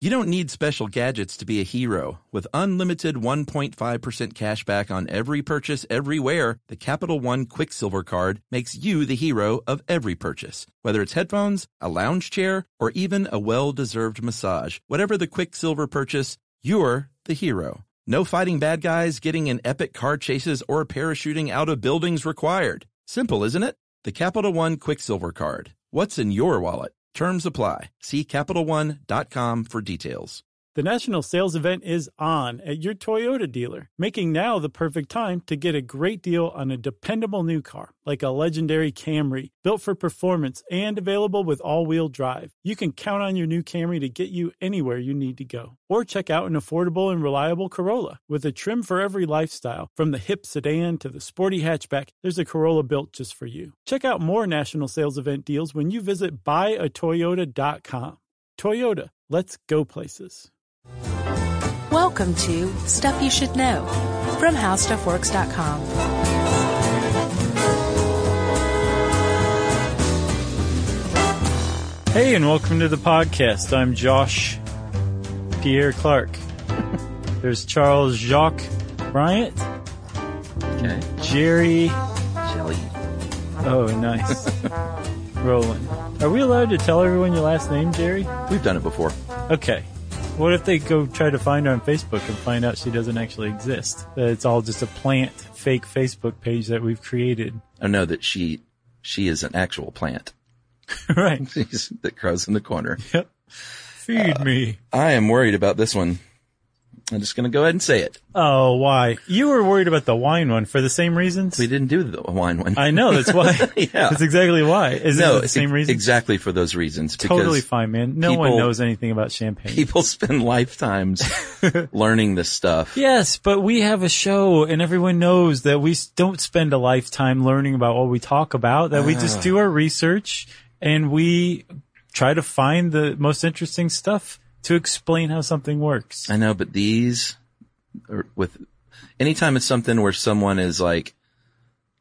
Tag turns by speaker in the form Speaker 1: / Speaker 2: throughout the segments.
Speaker 1: You don't need special gadgets to be a hero. With unlimited 1.5% cashback on every purchase everywhere, the Capital One Quicksilver Card makes you the hero of every purchase. Whether it's headphones, a lounge chair, or even a well-deserved massage, whatever the Quicksilver purchase, you're the hero. No fighting bad guys, getting in epic car chases, or parachuting out of buildings required. Simple, isn't it? The Capital One Quicksilver Card. What's in your wallet? Terms apply. See CapitalOne.com for details.
Speaker 2: The national sales event is on at your Toyota dealer, making now the perfect time to get a great deal on a dependable new car like a legendary Camry, built for performance and available with all-wheel drive. You can count on your new Camry to get you anywhere you need to go. Or check out an affordable and reliable Corolla with a trim for every lifestyle, from the hip sedan to the sporty hatchback. There's a Corolla built just for you. Check out more national sales event deals when you visit buyatoyota.com. Toyota, let's go places.
Speaker 3: Welcome to Stuff You Should Know from HowStuffWorks.com.
Speaker 2: Hey, and welcome to the podcast. I'm Josh Pierre Clark. There's Charles Jacques Bryant,
Speaker 4: Okay.
Speaker 2: Jerry.
Speaker 4: Jelly.
Speaker 2: Oh, nice. Roland. Are we allowed to tell everyone your last name, Jerry?
Speaker 1: We've done it before.
Speaker 2: Okay. What if they go try to find her on Facebook and find out she doesn't actually exist? That it's all just a plant, fake Facebook page that we've created.
Speaker 1: Oh no, that she she is an actual plant
Speaker 2: right.
Speaker 1: She's- that grows in the corner.
Speaker 2: Yep. Uh, Feed me.
Speaker 1: I am worried about this one. I'm just going to go ahead and say it.
Speaker 2: Oh, why? You were worried about the wine one for the same reasons?
Speaker 1: We didn't do the wine one.
Speaker 2: I know. That's why.
Speaker 1: Yeah.
Speaker 2: That's exactly why. Is
Speaker 1: no,
Speaker 2: it the same
Speaker 1: ex-
Speaker 2: reason?
Speaker 1: Exactly for those reasons. Because
Speaker 2: Totally fine, man. No one
Speaker 1: people-
Speaker 2: knows anything about champagne.
Speaker 1: People spend lifetimes learning this stuff.
Speaker 2: yes, but we have a show and everyone knows that we s- don't spend a lifetime learning about what we talk about, that we just
Speaker 1: Ah.
Speaker 2: do our research and we try to find the most interesting stuff to explain how something works.
Speaker 1: I know, but these are with anytime it's something where someone is like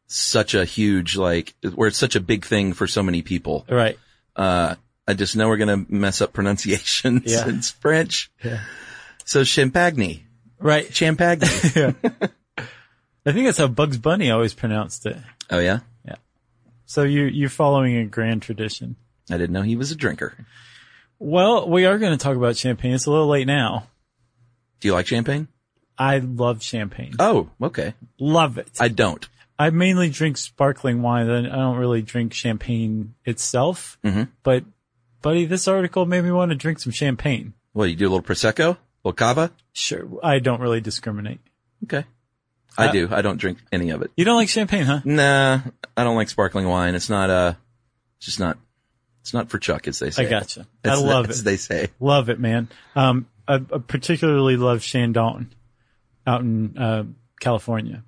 Speaker 1: such a huge, like where it's such a big thing for so many people.
Speaker 2: Right.
Speaker 1: Uh, I just know we're going to mess up pronunciations.
Speaker 2: Yeah.
Speaker 1: it's French.
Speaker 2: Yeah.
Speaker 1: So champagne,
Speaker 2: Right.
Speaker 1: champagne.
Speaker 2: I think that's how Bugs Bunny always pronounced it.
Speaker 1: oh yeah.
Speaker 2: So you, you're following a grand tradition.
Speaker 1: I didn't know he was a drinker.
Speaker 2: Well, we are going to talk about champagne. It's a little late now.
Speaker 1: Do you like champagne?
Speaker 2: I love champagne.
Speaker 1: Oh, okay.
Speaker 2: Love it.
Speaker 1: I don't.
Speaker 2: I mainly drink sparkling wine. I I don't really drink champagne itself.
Speaker 1: Mm-hmm.
Speaker 2: But, buddy, this article made me want to drink some champagne.
Speaker 1: Well, you do a little prosecco, a little cava.
Speaker 2: Sure. I don't really discriminate.
Speaker 1: Okay. I
Speaker 2: Uh,
Speaker 1: do. I don't drink any of it.
Speaker 2: You don't like champagne, huh?
Speaker 1: Nah, I don't like sparkling wine. It's not, uh, it's just not, it's not for Chuck, as they say.
Speaker 2: I gotcha. I
Speaker 1: As-
Speaker 2: love
Speaker 1: as
Speaker 2: it.
Speaker 1: they say.
Speaker 2: Love it, man. Um, I, I particularly love Chandon out in, uh, California.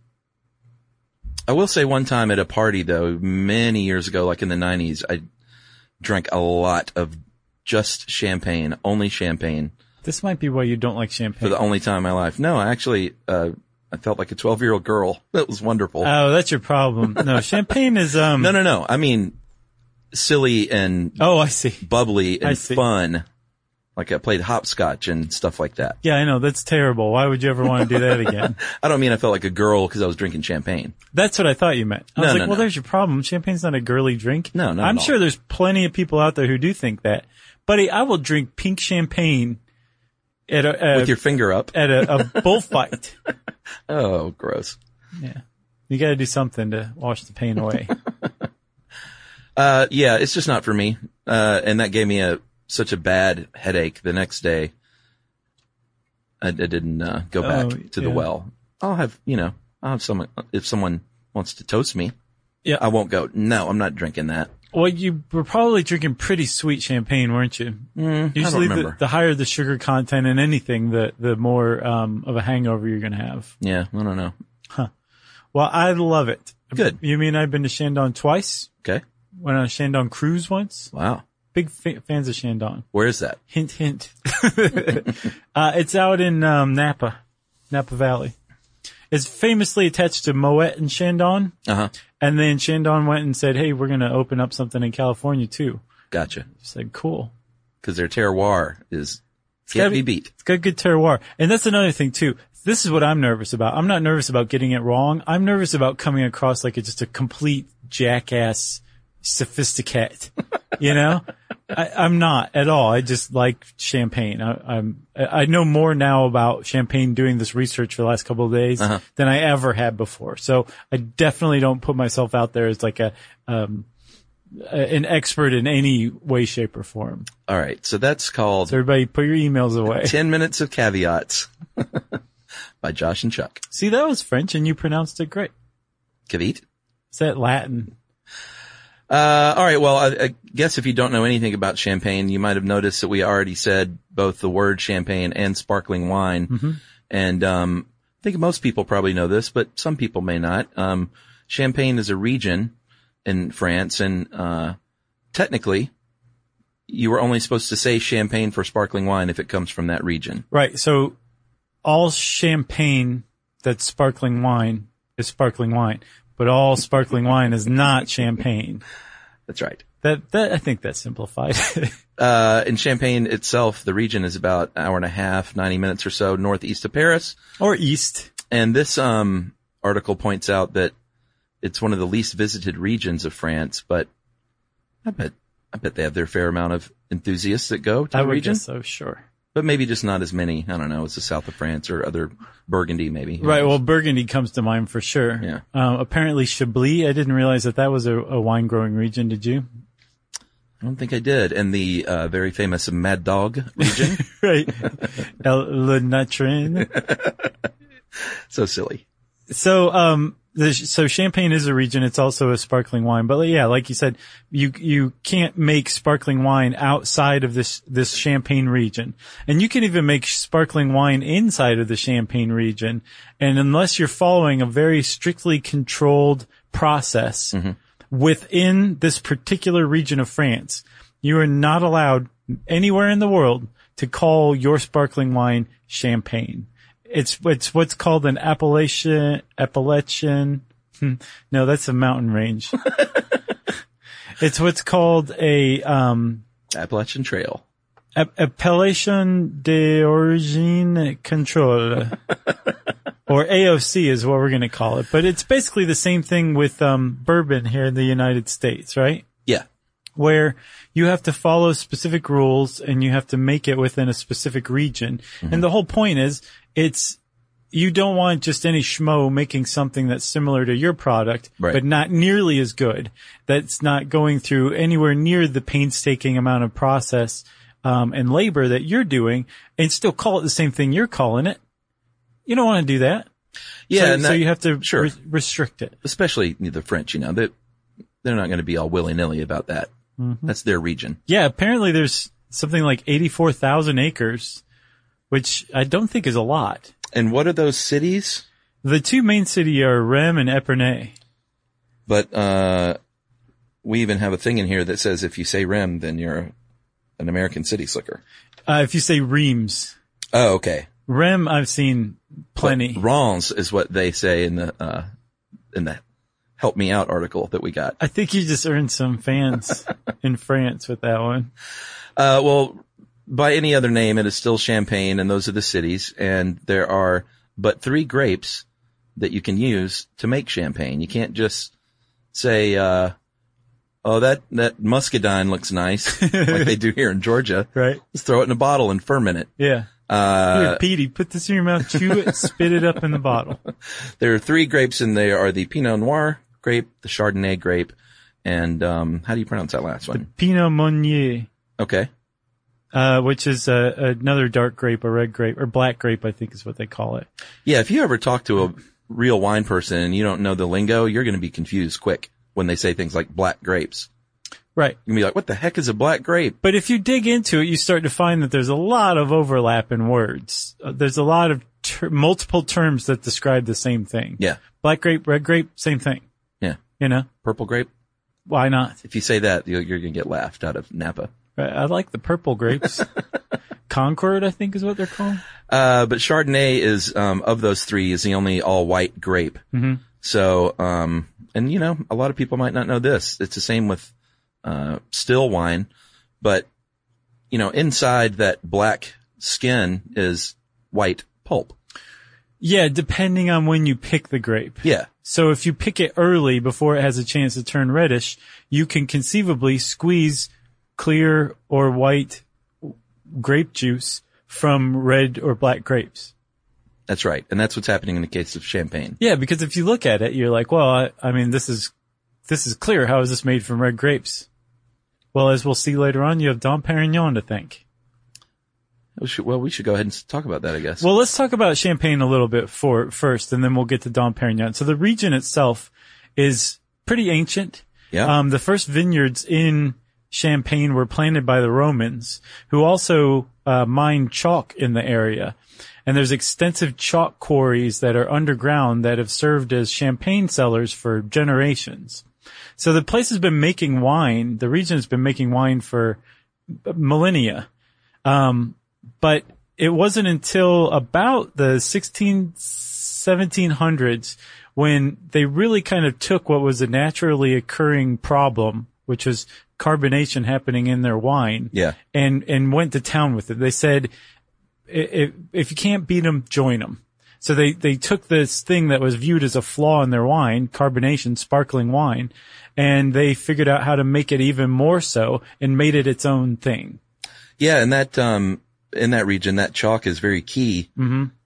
Speaker 1: I will say one time at a party though, many years ago, like in the nineties, I drank a lot of just champagne, only champagne
Speaker 2: This might be why you don't like
Speaker 1: for
Speaker 2: champagne.
Speaker 1: the only time in my life. No, I actually, uh, I felt like a 12 year old girl. That was wonderful.
Speaker 2: oh, that's your problem. No, champagne is, um,
Speaker 1: no, no, no. I mean, silly and
Speaker 2: oh, I see.
Speaker 1: bubbly
Speaker 2: I
Speaker 1: and
Speaker 2: see.
Speaker 1: fun. Like I played hopscotch and stuff like that.
Speaker 2: Yeah, I know. That's terrible. Why would you ever want to do that again?
Speaker 1: I don't mean I felt like a girl because I was drinking champagne.
Speaker 2: That's what I thought you meant. I was
Speaker 1: No,
Speaker 2: like,
Speaker 1: no,
Speaker 2: well,
Speaker 1: no.
Speaker 2: there's your problem. Champagne's not a girly drink.
Speaker 1: No, not
Speaker 2: I'm
Speaker 1: at all.
Speaker 2: sure there's plenty of people out there who do think that. Buddy, I will drink pink champagne at a, a
Speaker 1: With your finger up.
Speaker 2: at a, a bullfight.
Speaker 1: Oh, gross.
Speaker 2: you got to do something to wash the pain away.
Speaker 1: Uh, yeah, it's just not for me. Uh, and that gave me a such a bad headache the next day. I, I didn't uh, go back
Speaker 2: Oh,
Speaker 1: to the
Speaker 2: yeah.
Speaker 1: well. I'll have you know, I'll have someone if someone wants to toast me.
Speaker 2: Yeah.
Speaker 1: I won't go. No, I'm not drinking that.
Speaker 2: well, you were probably drinking pretty sweet champagne, weren't you? Mm, Usually, the,
Speaker 1: remember.
Speaker 2: the higher the sugar content in anything, the the more um, of a hangover you're going to have.
Speaker 1: Yeah, I don't know.
Speaker 2: Well, I love it.
Speaker 1: Good.
Speaker 2: You mean I've been to Shandon twice?
Speaker 1: Okay.
Speaker 2: Went on a Shandon cruise once.
Speaker 1: Wow.
Speaker 2: Big fa- fans of Shandon.
Speaker 1: Where is that?
Speaker 2: Hint, hint. uh, it's out in um, Napa, Napa Valley. It's famously attached to Moet and Shandon.
Speaker 1: Uh huh.
Speaker 2: And then Shandon went and said, hey, we're going to open up something in California too.
Speaker 1: Gotcha.
Speaker 2: I said, cool.
Speaker 1: Because their terroir is It's got to be beat.
Speaker 2: It's got good terroir. And that's another thing too. This is what I'm nervous about. I'm not nervous about getting it wrong. I'm nervous about coming across like a, just a complete jackass sophisticate. You know, I, I'm not at all. I just like champagne. I, I'm, I I know more now about champagne doing this research for the last couple of days
Speaker 1: Uh-huh.
Speaker 2: than I ever had before. So I definitely don't put myself out there as like a, um, a- an expert in any way, shape or form.
Speaker 1: All right. So that's called
Speaker 2: So everybody put your emails away.
Speaker 1: 10 Minutes of Caveats by Josh and Chuck.
Speaker 2: See, that was French and you pronounced it great.
Speaker 1: Caveat.
Speaker 2: Is that Latin?
Speaker 1: Uh, all right. Well, I, I guess if you don't know anything about champagne, you might have noticed that we already said both the word champagne and sparkling wine. And, um, I think most people probably know this, but some people may not. Um, Champagne is a region in France and, uh, technically you were only supposed to say champagne for sparkling wine if it comes from that region.
Speaker 2: Right. So all champagne that's sparkling wine is sparkling wine, but all sparkling wine is not champagne.
Speaker 1: That's right.
Speaker 2: That, that, I think that simplified. it.
Speaker 1: Uh, in Champagne itself, the region is about an hour and a half, 90 minutes or so northeast of Paris.
Speaker 2: or East.
Speaker 1: And this um, article points out that it's one of the least visited regions of France, but I bet I bet they have their fair amount of enthusiasts that go to
Speaker 2: I
Speaker 1: the
Speaker 2: would
Speaker 1: region,
Speaker 2: guess so, sure.
Speaker 1: but maybe just not as many. I don't know. It's the south of France or other Burgundy, maybe.
Speaker 2: Right. Well, Burgundy comes to mind for sure.
Speaker 1: Yeah.
Speaker 2: Um, apparently Chablis. I didn't realize that that was a, a wine growing region. Did you?
Speaker 1: I don't think I did. And the uh, very famous Mad Dog region.
Speaker 2: right. El, Le Natrin.
Speaker 1: so silly.
Speaker 2: So, um, the, so champagne is a region. It's also a sparkling wine. But yeah, like you said, you, you can't make sparkling wine outside of this, this champagne region. And you can even make sparkling wine inside of the champagne region. And unless you're following a very strictly controlled process within this particular region of France, you are not allowed anywhere in the world to call your sparkling wine champagne. It's it's what's called an Appalachian Appalachian. hmm, No, that's a mountain range. it's what's called a um,
Speaker 1: Appalachian Trail.
Speaker 2: a- Appellation d'origine control, or AOC is what we're going to call it. But it's basically the same thing with um, bourbon here in the United States, right?
Speaker 1: Yeah.
Speaker 2: where you have to follow specific rules and you have to make it within a specific region.
Speaker 1: Mm-hmm.
Speaker 2: And the whole point is it's, you don't want just any schmo making something that's similar to your product,
Speaker 1: Right.
Speaker 2: but not nearly as good. That's not going through anywhere near the painstaking amount of process um, and labor that you're doing, and still call it the same thing you're calling it. You don't want to do that.
Speaker 1: Yeah.
Speaker 2: so,
Speaker 1: and
Speaker 2: so
Speaker 1: that-
Speaker 2: you have to
Speaker 1: sure.
Speaker 2: re- restrict it.
Speaker 1: especially the French, you know, they, they're not going to be all willy nilly about that.
Speaker 2: Mm-hmm.
Speaker 1: That's their region.
Speaker 2: Yeah, apparently there's something like 84,000 acres, which I don't think is a lot.
Speaker 1: And what are those cities?
Speaker 2: The two main city are Rem and Epernay.
Speaker 1: But, uh, we even have a thing in here that says if you say Rem, then you're an American city slicker.
Speaker 2: Uh, if you say Reims,
Speaker 1: Oh, okay.
Speaker 2: Rem I've seen
Speaker 1: But
Speaker 2: plenty.
Speaker 1: Reims is what they say in the, uh, in the help me out article that we got.
Speaker 2: I think you just earned some fans in France with that one.
Speaker 1: Uh, well, by any other name, it is still champagne and those are the cities. And there are but three grapes that you can use to make champagne. You can't just say, uh, Oh, that, that muscadine looks nice, like they do here in Georgia.
Speaker 2: Right.
Speaker 1: Just throw it in a bottle and ferment it.
Speaker 2: Yeah.
Speaker 1: Uh,
Speaker 2: Here, Petey, put this in your mouth, chew it, spit it up in the bottle.
Speaker 1: there are three grapes and they are the Pinot Noir grape, the Chardonnay grape, and, um, how do you pronounce that last one?
Speaker 2: Pinot Meunier,
Speaker 1: Okay.
Speaker 2: uh, which is uh, another dark grape, a red grape, or black grape, I think is what they call it.
Speaker 1: Yeah, if you ever talk to a real wine person and you don't know the lingo, you're going to be confused quick when they say things like black grapes.
Speaker 2: Right.
Speaker 1: You're going to be like, what the heck is a black grape?
Speaker 2: But if you dig into it, you start to find that there's a lot of overlap in words. Uh, there's a lot of ter- multiple terms that describe the same thing.
Speaker 1: Yeah.
Speaker 2: Black grape, red grape, same thing.
Speaker 1: Yeah.
Speaker 2: You know,
Speaker 1: Purple grape.
Speaker 2: why not?
Speaker 1: If you say that, you're, you're going to get laughed out of Napa.
Speaker 2: I, I like the purple grapes. Concord, I think is what they're called.
Speaker 1: Uh, but Chardonnay is, um, of those three is the only all white grape. So, um, and you know, a lot of people might not know this. It's the same with, uh, still wine, but you know, inside that black skin is white pulp.
Speaker 2: Yeah, depending on when you pick the grape.
Speaker 1: Yeah.
Speaker 2: So if you pick it early before it has a chance to turn reddish, you can conceivably squeeze clear or white grape juice from red or black grapes.
Speaker 1: That's right. And that's what's happening in the case of champagne.
Speaker 2: Yeah, because if you look at it, you're like, well, I, I mean, this is, this is clear. How is this made from red grapes? Well, as we'll see later on, you have Dom Perignon to thank.
Speaker 1: We should- Well, we should go ahead and s- talk about that, I guess.
Speaker 2: Well, let's talk about Champagne a little bit for first, and then we'll get to Dom Perignon. So the region itself is pretty ancient.
Speaker 1: Yeah.
Speaker 2: Um, the first vineyards in Champagne were planted by the Romans, who also uh, mined chalk in the area. And there's extensive chalk quarries that are underground that have served as champagne cellars for generations. So the place has been making wine. The region has been making wine for millennia. Um, but it wasn't until about the 16, 1700s when they really kind of took what was a naturally occurring problem, which was carbonation happening in their wine.
Speaker 1: Yeah.
Speaker 2: And, and went to town with it. They said, if, if you can't beat them, join them. So they, they took this thing that was viewed as a flaw in their wine, carbonation, sparkling wine, and they figured out how to make it even more so and made it its own thing.
Speaker 1: yeah. And that, um, in that region, that chalk is very key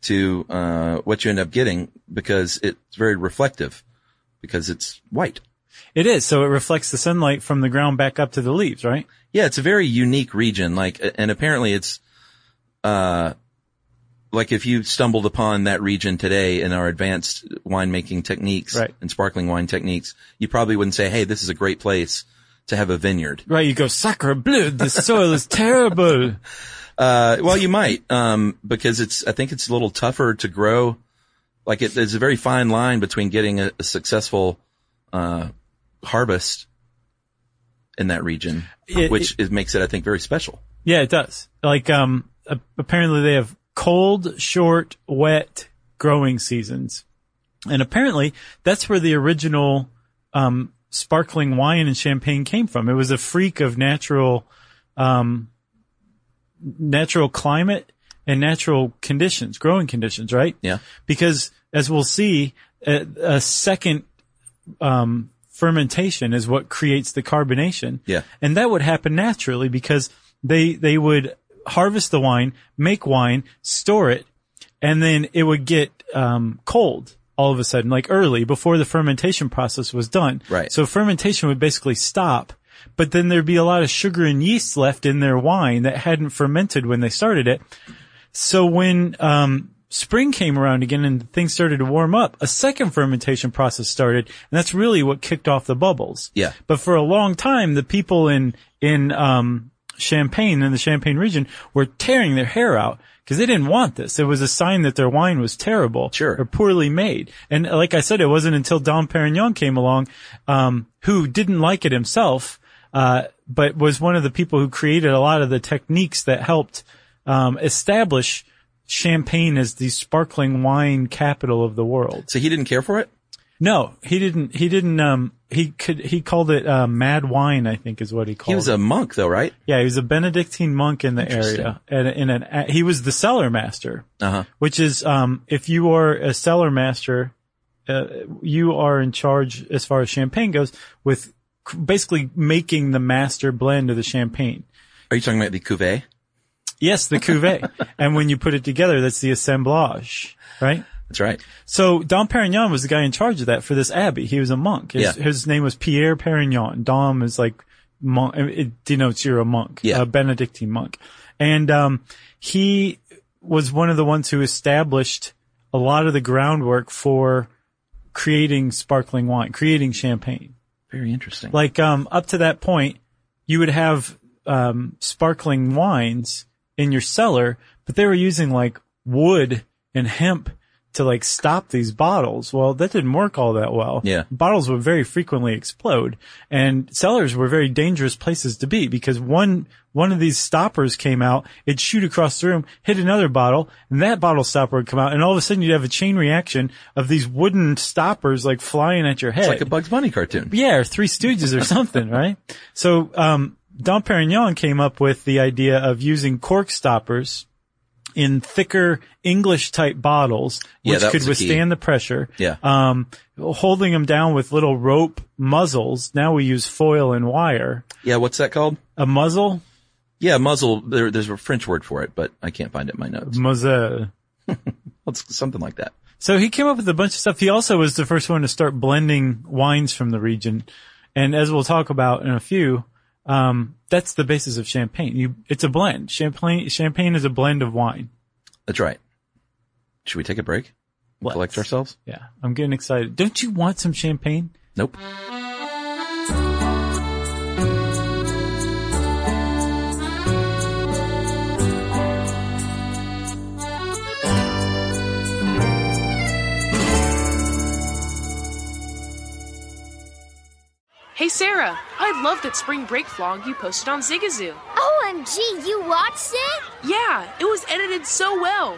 Speaker 1: to, uh, what you end up getting because it's very reflective because it's white.
Speaker 2: It is. So it reflects the sunlight from the ground back up to the leaves, right?
Speaker 1: Yeah, it's a very unique region. Like, a- and apparently it's, uh, like if you stumbled upon that region today in our advanced winemaking techniques
Speaker 2: Right.
Speaker 1: and sparkling wine techniques, you probably wouldn't say, Hey, this is a great place to have a vineyard.
Speaker 2: Right. You go, sacre bleu, the soil is terrible.
Speaker 1: Uh, well, you might, um, because it's, I think it's a little tougher to grow. Like it, there's a very fine line between getting a, a successful, uh, harvest in that region,
Speaker 2: It-
Speaker 1: which is makes it, I think, very special.
Speaker 2: Yeah, it does. Like, um, a- apparently they have cold, short, wet growing seasons. And apparently that's where the original, um, sparkling wine and champagne came from. It was a freak of natural, um, natural climate and natural conditions, growing conditions, right?
Speaker 1: Yeah.
Speaker 2: because as we'll see, a, a second um, fermentation is what creates the carbonation.
Speaker 1: Yeah.
Speaker 2: and that would happen naturally because they they would harvest the wine, make wine, store it, and then it would get um, cold all of a sudden, like early before the fermentation process was done.
Speaker 1: Right.
Speaker 2: So fermentation would basically stop. But then there'd be a lot of sugar and yeast left in their wine that hadn't fermented when they started it. So when um, spring came around again and things started to warm up, a second fermentation process started, and that's really what kicked off the bubbles.
Speaker 1: Yeah.
Speaker 2: But for a long time, the people in in um, Champagne in the Champagne region were tearing their hair out because they didn't want this. It was a sign that their wine was terrible
Speaker 1: Sure.
Speaker 2: or poorly made. And like I said, it wasn't until Dom Perignon came along, um, who didn't like it himself, uh, but was one of the people who created a lot of the techniques that helped um, establish Champagne as the sparkling wine capital of the world.
Speaker 1: So he didn't care for it?
Speaker 2: No, he didn't. He didn't. Um, he could. He called it uh, mad wine. I think is what he called.
Speaker 1: He was
Speaker 2: it.
Speaker 1: a monk, though, right?
Speaker 2: yeah. He was a Benedictine monk in the area, and in an he was the cellar master,
Speaker 1: Uh-huh.
Speaker 2: which is um, if you are a cellar master, uh, you are in charge as far as champagne goes with c- basically making the master blend of the champagne.
Speaker 1: Are you talking about the cuvee?
Speaker 2: Yes, the cuvee, and when you put it together, that's the assemblage, right?
Speaker 1: That's right.
Speaker 2: So Dom Perignon was the guy in charge of that for this abbey. He was a monk. His,
Speaker 1: Yeah.
Speaker 2: his name was Pierre Perignon. Dom is like monk. It denotes you're a monk,
Speaker 1: Yeah.
Speaker 2: a Benedictine monk. And um, he was one of the ones who established a lot of the groundwork for creating sparkling wine, creating champagne.
Speaker 1: Very interesting.
Speaker 2: Like um, up to that point, you would have um, sparkling wines in your cellar, but they were using like wood and hemp to like stop these bottles. Well, that didn't work all that well.
Speaker 1: Yeah.
Speaker 2: Bottles would very frequently explode and cellars were very dangerous places to be because one, one of these stoppers came out, it'd shoot across the room, hit another bottle, and that bottle stopper would come out. And all of a sudden you'd have a chain reaction of these wooden stoppers like flying at your head.
Speaker 1: it's like a Bugs Bunny cartoon.
Speaker 2: Yeah, or Three Stooges or something, right? So, um, Dom Perignon came up with the idea of using cork stoppers in thicker English type bottles,
Speaker 1: Yeah,
Speaker 2: which
Speaker 1: that
Speaker 2: could
Speaker 1: was the key.
Speaker 2: withstand the pressure.
Speaker 1: Yeah.
Speaker 2: Um, holding them down with little rope muzzles. Now we use foil and wire.
Speaker 1: Yeah. What's that called?
Speaker 2: A muzzle?
Speaker 1: Yeah. Muzzle. There, there's a French word for it, but I can't find it in my notes.
Speaker 2: Muzzle.
Speaker 1: Well, It's something like that.
Speaker 2: So he came up with a bunch of stuff. He also was the first one to start blending wines from the region. And as we'll talk about in a few, um, that's the basis of champagne. You, it's a blend. Champagne, champagne is a blend of wine.
Speaker 1: That's right. Should we take a break? and
Speaker 2: Let's.
Speaker 1: Collect ourselves?
Speaker 2: Yeah. I'm getting excited. Don't you want some champagne?
Speaker 1: Nope.
Speaker 5: Hey Sarah, I love that spring break vlog you posted on Zigazoo.
Speaker 6: OMG, you watched it?
Speaker 5: Yeah, it was edited so well.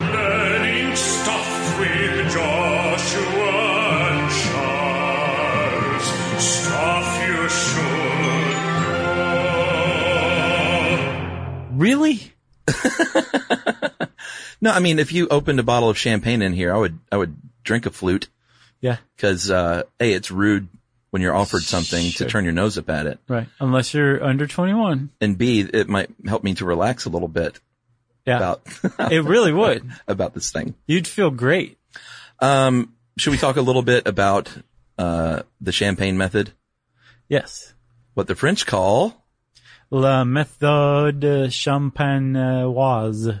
Speaker 7: Learning stuff with Joshua and Charles. Stuff you should know.
Speaker 2: Really?
Speaker 1: No, I mean, if you opened a bottle of champagne in here, I would, I would drink a flute
Speaker 2: Yeah,
Speaker 1: because, uh, A, it's rude when you're offered something to turn your nose up at it.
Speaker 2: right. Unless you're under 21.
Speaker 1: And B, it might help me to relax a little bit
Speaker 2: Yeah.
Speaker 1: about,
Speaker 2: It really would.
Speaker 1: about this thing.
Speaker 2: You'd feel great.
Speaker 1: Um, should we talk a little bit about, uh, the champagne method?
Speaker 2: Yes.
Speaker 1: What the French call.
Speaker 2: La méthode champenoise.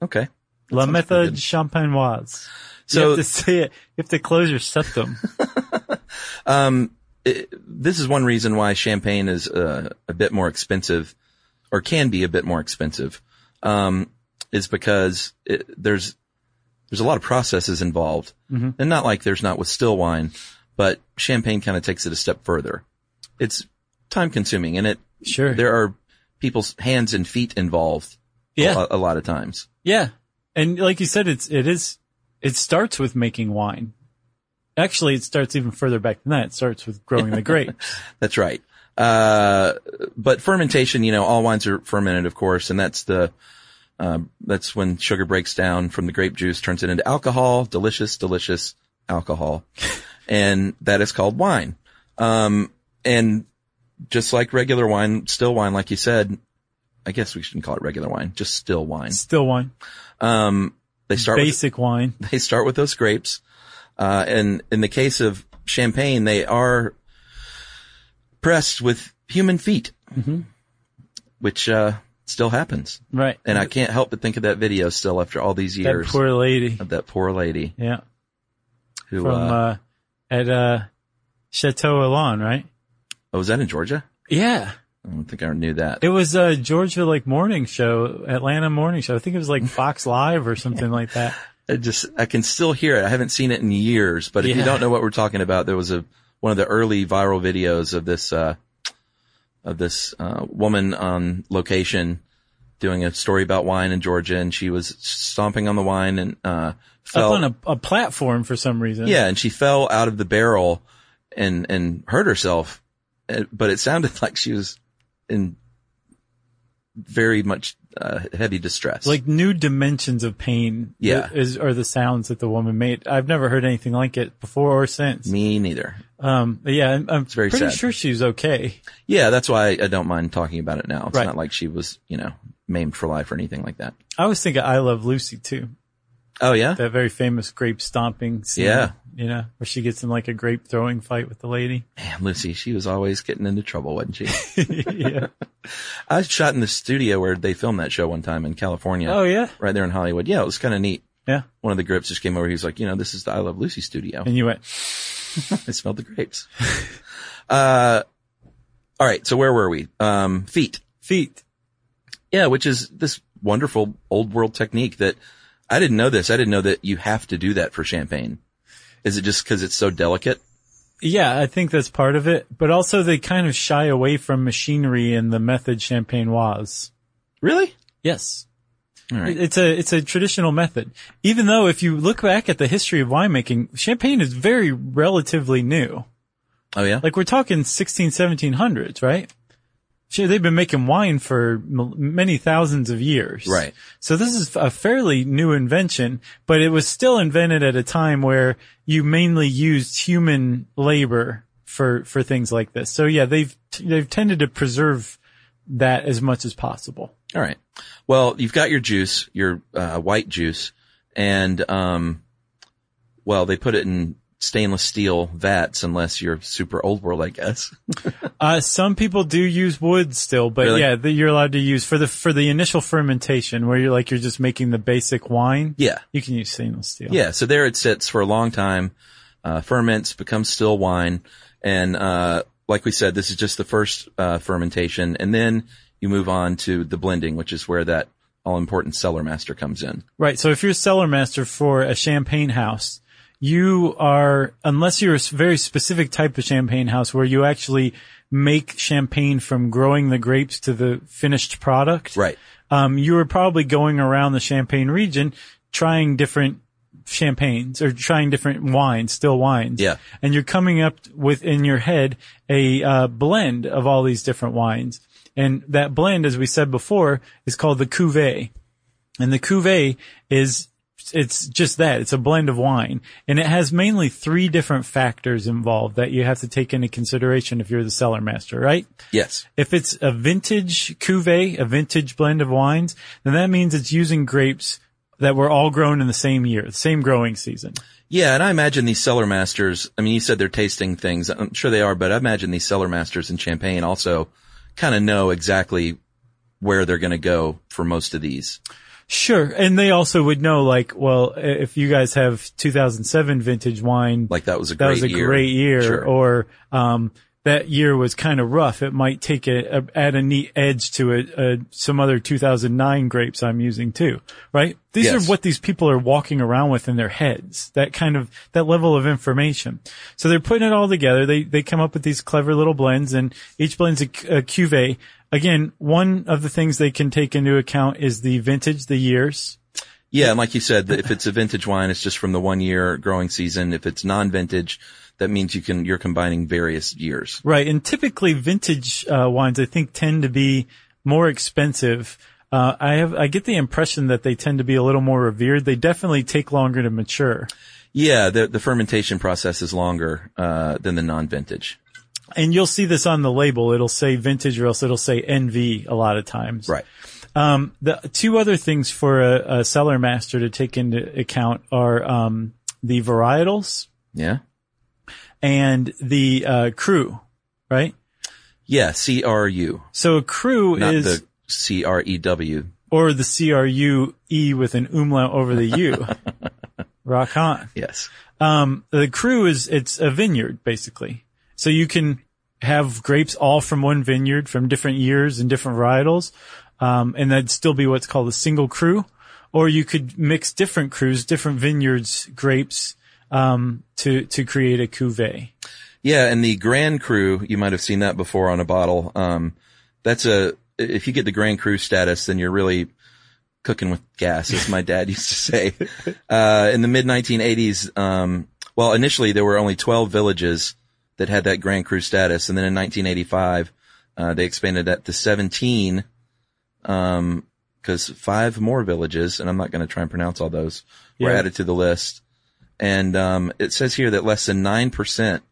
Speaker 1: Okay.
Speaker 2: La
Speaker 1: sounds pretty
Speaker 2: méthode
Speaker 1: good.
Speaker 2: champenoise.
Speaker 1: So
Speaker 2: So, you have to say it. You have to close your septum.
Speaker 1: Um, it, this is one reason why champagne is uh, a bit more expensive, or can be a bit more expensive, um, is because it, there's there's a lot of processes involved, and not like there's not with still wine, but champagne kind of takes it a step further. It's time consuming, and it
Speaker 2: Sure.
Speaker 1: there are people's hands and feet involved. a
Speaker 2: Yeah.
Speaker 1: lo- a, lot of times.
Speaker 2: Yeah. And like you said, it's, it is, it starts with making wine. Actually, it starts even further back than that. It starts with growing the grapes.
Speaker 1: That's right. Uh, but fermentation, you know, all wines are fermented, of course, and that's the, uh, that's when sugar breaks down from the grape juice, turns it into alcohol, delicious, delicious alcohol. and that is called wine. Um, and just like regular wine, still wine, like you said, I guess we shouldn't call it regular wine, just still wine.
Speaker 2: Still wine.
Speaker 1: Um, they start with
Speaker 2: Basic wine.
Speaker 1: they start with those grapes. Uh, and in the case of champagne, they are pressed with human feet,
Speaker 2: Mm-hmm.
Speaker 1: which, uh, still happens.
Speaker 2: Right.
Speaker 1: And I can't help but think of that video still after all these
Speaker 2: that
Speaker 1: years uh,
Speaker 2: poor lady.
Speaker 1: of that poor lady
Speaker 2: Yeah.
Speaker 1: who,
Speaker 2: From,
Speaker 1: uh,
Speaker 2: uh, at, uh, Chateau Alon, right?
Speaker 1: Oh, is that in Georgia?
Speaker 2: Yeah.
Speaker 1: I don't think I knew that.
Speaker 2: It was a Georgia like morning show, Atlanta morning show. I think it was like Fox Live or something like that.
Speaker 1: I just, I can still hear it. I haven't seen it in years, but if you
Speaker 2: Yeah.
Speaker 1: don't know what we're talking about, there was a, one of the early viral videos of this, uh, of this, uh, woman on location doing a story about wine in Georgia and she was stomping on the wine and, uh, fell.
Speaker 2: Up on a, a platform for some reason.
Speaker 1: yeah. And she fell out of the barrel and, and hurt herself. Uh, But it sounded like she was in very much, uh, heavy distress.
Speaker 2: Like new dimensions of pain.
Speaker 1: Yeah.
Speaker 2: Is, are the sounds that the woman made. I've never heard anything like it before or since.
Speaker 1: me neither.
Speaker 2: Um, but yeah, I'm, I'm
Speaker 1: very
Speaker 2: pretty
Speaker 1: sad.
Speaker 2: sure she's okay.
Speaker 1: Yeah, that's why I don't mind talking about it now. It's
Speaker 2: Right.
Speaker 1: not like she was, you know, maimed for life or anything like that.
Speaker 2: I was thinking I Love Lucy too.
Speaker 1: Oh yeah.
Speaker 2: That very famous grape stomping scene.
Speaker 1: Yeah.
Speaker 2: You know, where she gets in like a grape throwing fight with the lady.
Speaker 1: Man, Lucy, she was always getting into trouble, wasn't she?
Speaker 2: yeah.
Speaker 1: I shot in the studio where they filmed that show one time in California.
Speaker 2: Oh yeah.
Speaker 1: Right there in Hollywood. Yeah, it was kind of neat.
Speaker 2: Yeah.
Speaker 1: One of the grips just came over. He was like, you know, this is the I Love Lucy studio.
Speaker 2: And you went,
Speaker 1: I smelled the grapes. uh, all right. So where were we? Um, feet.
Speaker 2: feet.
Speaker 1: Yeah, which is this wonderful old world technique that I didn't know this. I didn't know that you have to do that for champagne. Is it just because it's so delicate?
Speaker 2: Yeah, I think that's part of it. But also they kind of shy away from machinery and the method champagne was.
Speaker 1: Really?
Speaker 2: Yes.
Speaker 1: All right.
Speaker 2: It's a it's a traditional method. Even though if you look back at the history of winemaking, champagne is very relatively new.
Speaker 1: oh yeah.
Speaker 2: Like we're talking 16, 1700s, right? Sure, they've been making wine for m- many thousands of years.
Speaker 1: Right.
Speaker 2: So this is a fairly new invention, but it was still invented at a time where you mainly used human labor for, for things like this. So yeah, they've, they've tended to preserve that as much as possible.
Speaker 1: All right. Well, you've got your juice, your uh, white juice, and um, well, they put it in stainless steel vats unless you're super old world, I guess.
Speaker 2: Uh, some people do use wood still, but
Speaker 1: Really?
Speaker 2: yeah, that you're allowed to use for the, for the initial fermentation where you're like, you're just making the basic wine.
Speaker 1: Yeah.
Speaker 2: You can use stainless steel.
Speaker 1: Yeah. So there it sits for a long time, uh, ferments, becomes still wine, and uh, like we said, this is just the first uh, fermentation, and then you move on to the blending, which is where that all important cellar master comes in.
Speaker 2: Right. So if you're cellar master for a champagne house, you are, unless you're a s- very specific type of champagne house where you actually make champagne from growing the grapes to the finished product.
Speaker 1: Right.
Speaker 2: Um, you are probably going around the champagne region trying different champagnes or trying different wines, still wines.
Speaker 1: Yeah.
Speaker 2: And you're coming up with in your head a uh, blend of all these different wines. And that blend, as we said before, is called the cuvee. And the cuvee is, it's just that. It's a blend of wine. And it has mainly three different factors involved that you have to take into consideration if you're the cellar master, right?
Speaker 1: Yes.
Speaker 2: If it's a vintage cuvee, a vintage blend of wines, then that means it's using grapes that were all grown in the same year, the same growing season.
Speaker 1: Yeah, and I imagine these cellar masters. I mean, you said they're tasting things. I'm sure they are, but I imagine these cellar masters in Champagne also kind of know exactly where they're going to go for most of these.
Speaker 2: Sure. And they also would know like, well, i- if you guys have 2007 vintage wine,
Speaker 1: Like that was a
Speaker 2: that
Speaker 1: great
Speaker 2: was a
Speaker 1: year.
Speaker 2: great year
Speaker 1: Sure.
Speaker 2: or, um, that year was kind of rough. It might take a, a add a neat edge to it. Uh, some other 2009 grapes I'm using too, right? These
Speaker 1: Yes.
Speaker 2: are what these people are walking around with in their heads. That kind of, that level of information. So they're putting it all together. They, they come up with these clever little blends and each blend's a, cu- a cuvee. Again, one of the things they can take into account is the vintage, the years.
Speaker 1: Yeah, and like you said, that if it's a vintage wine, it's just from the one year growing season. If it's non-vintage, that means you can you're combining various years.
Speaker 2: Right. And typically vintage uh, wines, I think, tend to be more expensive. Uh, I have, I get the impression that they tend to be a little more revered. They definitely take longer to mature.
Speaker 1: Yeah, the the fermentation process is longer uh, than the non-vintage.
Speaker 2: And you'll see this on the label. It'll say vintage or else it'll say NV a lot of times.
Speaker 1: Right.
Speaker 2: Um, the two other things for a, a cellar master to take into account are, um, the varietals
Speaker 1: Yeah.
Speaker 2: and the, uh, crew, right?
Speaker 1: Yeah. C R U,
Speaker 2: So a crew
Speaker 1: not
Speaker 2: is,
Speaker 1: the C R E W.
Speaker 2: or the CRU E with an umlaut over the U. Rock on.
Speaker 1: Yes.
Speaker 2: Um, the crew is, it's a vineyard basically. So you can have grapes all from one vineyard from different years and different varietals. Um, and that'd still be what's called a single crew. Or you could mix different crews, different vineyards, grapes, um, to, to create a cuvee.
Speaker 1: Yeah, and the Grand Cru, you might have seen that before on a bottle. Um, that's a if you get the Grand Cru status, then you're really cooking with gas, as my dad used to say. Uh, in the mid 1980s, um, well, initially there were only 12 villages that had that Grand Cru status, and then in 1985 uh, they expanded that to 17, because five more villages, and I'm not going to try and pronounce all those, were
Speaker 2: Yeah.
Speaker 1: added to the list. And um, it says here that less than nine percent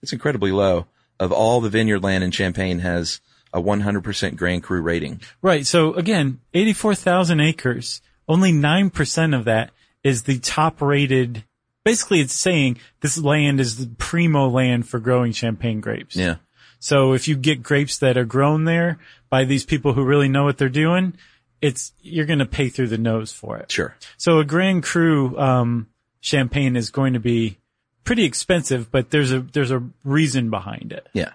Speaker 1: it's incredibly low. Of all the vineyard land in Champagne has a 100% Grand Cru rating.
Speaker 2: Right. So again, 84,000 acres, only 9% of that is the top rated. Basically, it's saying this land is the primo land for growing champagne grapes.
Speaker 1: Yeah.
Speaker 2: So if you get grapes that are grown there by these people who really know what they're doing, it's, you're going to pay through the nose for it.
Speaker 1: Sure.
Speaker 2: So a Grand Cru um, champagne is going to be pretty expensive, but there's a there's a reason behind it.
Speaker 1: Yeah.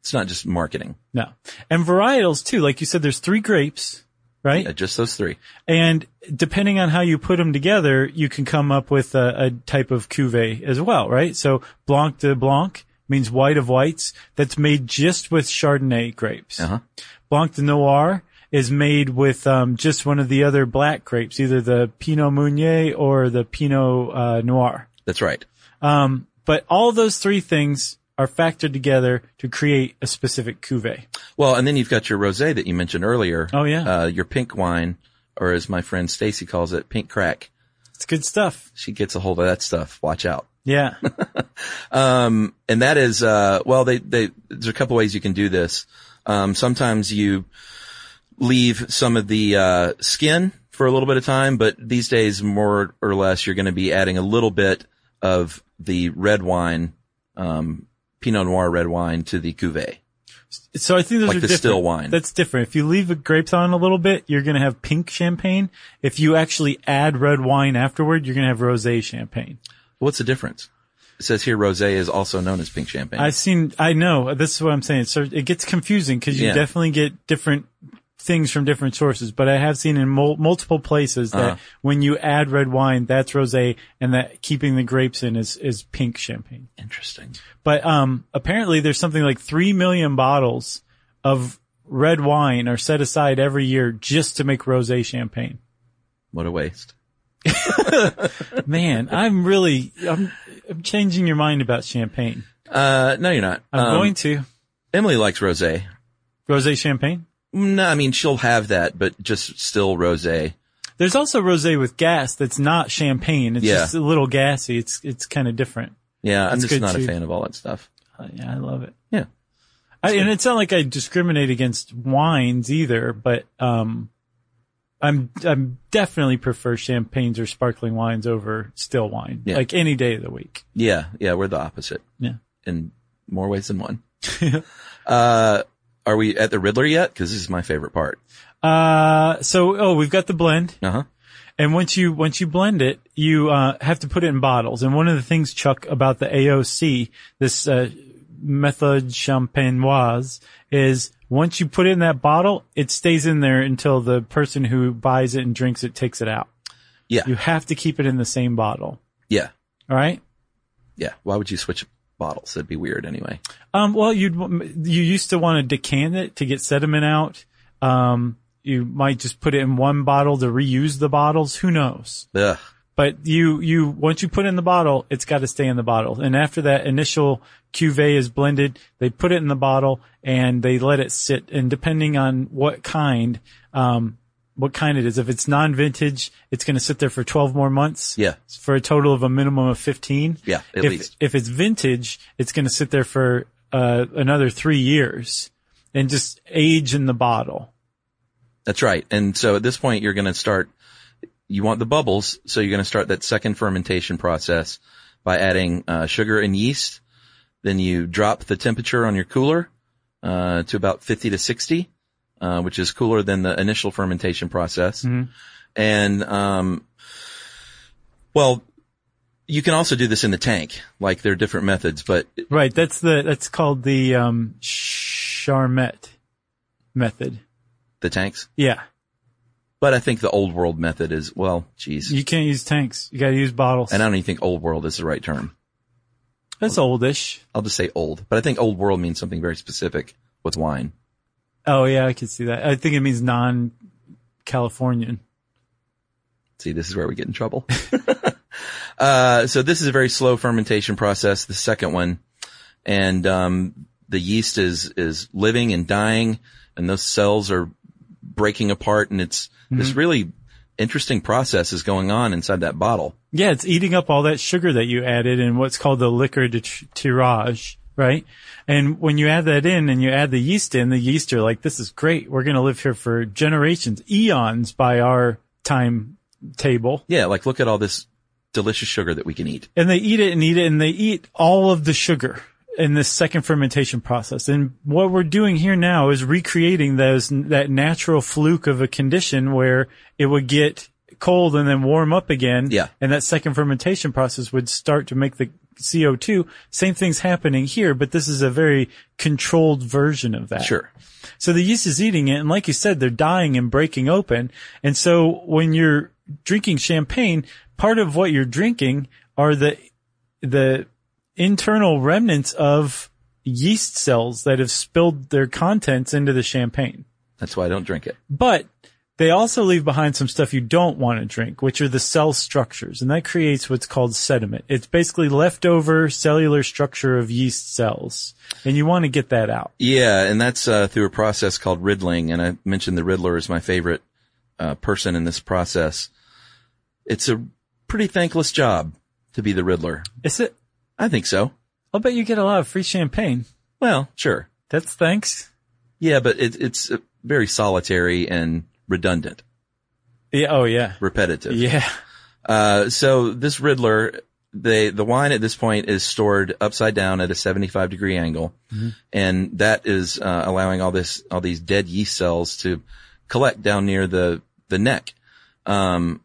Speaker 1: It's not just marketing.
Speaker 2: No, and varietals too. Like you said, there's three grapes, right?
Speaker 1: Yeah, just those three.
Speaker 2: And depending on how you put them together, you can come up with a, a type of cuvee as well, right? So Blanc de Blanc means white of whites. That's made just with Chardonnay grapes.
Speaker 1: Uh huh.
Speaker 2: Blanc de Noir is made with um, just one of the other black grapes, either the Pinot Meunier or the Pinot uh, Noir.
Speaker 1: That's right.
Speaker 2: Um, but all those three things are factored together to create a specific cuvee.
Speaker 1: Well, and then you've got your rosé that you mentioned earlier.
Speaker 2: Oh, yeah.
Speaker 1: Uh, your pink wine, or as my friend Stacy calls it, pink crack.
Speaker 2: It's good stuff.
Speaker 1: She gets a hold of that stuff. Watch out.
Speaker 2: Yeah.
Speaker 1: Um, and that is, uh, well, they, they, there's a couple ways you can do this. Um, sometimes you leave some of the, uh, skin for a little bit of time, but these days, more or less, you're going to be adding a little bit of the red wine, um, Pinot Noir red wine to the cuvee.
Speaker 2: So I think those
Speaker 1: Like
Speaker 2: are
Speaker 1: the
Speaker 2: different.
Speaker 1: still wine.
Speaker 2: That's different. If you leave the grapes on a little bit, you're going to have pink champagne. If you actually add red wine afterward, you're going to have rosé champagne.
Speaker 1: What's the difference? It says here rosé is also known as pink champagne.
Speaker 2: I've seen, I know, this is what I'm saying. So it gets confusing because you
Speaker 1: Yeah.
Speaker 2: definitely get different things from different sources, but I have seen in mul- multiple places that
Speaker 1: Uh-huh.
Speaker 2: when you add red wine, that's rosé and that keeping the grapes in is, is pink champagne.
Speaker 1: Interesting.
Speaker 2: But, um, apparently there's something like 3 million bottles of red wine are set aside every year just to make rosé champagne.
Speaker 1: What a waste.
Speaker 2: Man, I'm really, I'm, I'm changing your mind about champagne.
Speaker 1: Uh, no, you're not.
Speaker 2: I'm
Speaker 1: Um,
Speaker 2: going to.
Speaker 1: Emily likes rosé. Mm,
Speaker 2: Rosé champagne?
Speaker 1: No, I mean, she'll have that, but just still rosé.
Speaker 2: There's also rosé with gas that's not champagne. It's
Speaker 1: Yeah.
Speaker 2: just a little gassy. It's it's kind of different.
Speaker 1: Yeah, I'm
Speaker 2: That's
Speaker 1: just
Speaker 2: good
Speaker 1: not a
Speaker 2: too.
Speaker 1: fan of all that stuff.
Speaker 2: Uh, yeah, I love it.
Speaker 1: Yeah.
Speaker 2: I, and it's not like I discriminate against wines either, but um, I'm I'm definitely prefer champagnes or sparkling wines over still wine,
Speaker 1: Yeah.
Speaker 2: like any day of the week.
Speaker 1: Yeah, yeah, we're the opposite
Speaker 2: Yeah.
Speaker 1: in more ways than one. uh, are we at the Riddler yet? Cause this is my favorite part.
Speaker 2: Uh, so oh, we've got the blend.
Speaker 1: Uh huh.
Speaker 2: And once you once you blend it, you uh, have to put it in bottles. And one of the things, Chuck, about the AOC, this uh, method champenoise, is once you put it in that bottle, it stays in there until the person who buys it and drinks it takes it out.
Speaker 1: Yeah.
Speaker 2: You have to keep it in the same bottle.
Speaker 1: Yeah.
Speaker 2: All right.
Speaker 1: Yeah. Why would you switch bottles? That'd be weird anyway.
Speaker 2: Um, well, you'd you used to want to decant it to get sediment out. Um, you might just put it in one bottle to reuse the bottles. Who knows?
Speaker 1: Ugh.
Speaker 2: but you you once you put it in the bottle, it's got to stay in the bottle. And after that initial cuvee is blended, they put it in the bottle and they let it sit. And depending on what kind, um, what kind it is, if it's non-vintage, it's going to sit there for 12 more months.
Speaker 1: Yeah.
Speaker 2: For a total of a minimum of 15.
Speaker 1: Yeah, at
Speaker 2: if,
Speaker 1: least.
Speaker 2: If it's vintage, it's going to sit there for uh, another three years and just age in the bottle.
Speaker 1: That's right. And so at this point, you're going to start, you want the bubbles. So you're going to start that second fermentation process by adding uh, sugar and yeast. Then you drop the temperature on your cooler uh, to about 50 to 60, uh, which is cooler than the initial fermentation process. And, um, well, You can also do this in the tank. Like there are different methods, but
Speaker 2: Right. That's the that's called the um, Charmet method.
Speaker 1: the tanks.
Speaker 2: Yeah.
Speaker 1: But I think the old world method is well, geez.
Speaker 2: You can't use tanks. You got to use bottles.
Speaker 1: And I don't even think old world is the right term.
Speaker 2: that's oldish.
Speaker 1: I'll just say old, but I think old world means something very specific with wine.
Speaker 2: Oh yeah, I could see that. I think it means non-Californian.
Speaker 1: See, this is where we get in trouble. uh, so this is a very slow fermentation process, the second one. And, um, the yeast is, is living and dying and those cells are breaking apart. And it's this really interesting process is going on inside that bottle.
Speaker 2: Yeah, it's eating up all that sugar that you added in what's called the liquor de tr- tirage, right? And when you add that in and you add the yeast in, the yeast are like, this is great. We're going to live here for generations, eons by our time table.
Speaker 1: Yeah. Like look at all this delicious sugar that we can eat.
Speaker 2: And they eat it and eat it and they eat all of the sugar in this second fermentation process. And what we're doing here now is recreating those, that natural fluke of a condition where it would get cold and then warm up again.
Speaker 1: Yeah.
Speaker 2: And that second fermentation process would start to make the CO2. Same thing's happening here, but this is a very controlled version of that.
Speaker 1: Sure.
Speaker 2: So the yeast is eating it, and like you said, they're dying and breaking open. And so when you're drinking champagne, part of what you're drinking are the the internal remnants of yeast cells that have spilled their contents into the champagne.
Speaker 1: That's why I don't drink it.
Speaker 2: But they also leave behind some stuff you don't want to drink, which are the cell structures, and that creates what's called sediment. It's basically leftover cellular structure of yeast cells, and you want to get that out.
Speaker 1: Yeah, and that's uh, through a process called riddling. And I mentioned the riddler is my favorite uh, person in this process. It's a pretty thankless job to be the riddler.
Speaker 2: Is it?
Speaker 1: I think so.
Speaker 2: I'll bet you get a lot of free champagne.
Speaker 1: Well, sure.
Speaker 2: That's thanks.
Speaker 1: Yeah, but it, it's uh, very solitary and redundant,
Speaker 2: Yeah. Oh yeah.
Speaker 1: repetitive.
Speaker 2: Yeah.
Speaker 1: Uh, so this Riddler, they, the wine at this point is stored upside down at a 75 degree angle. And that is, uh, allowing all this, all these dead yeast cells to collect down near the, the neck. Um,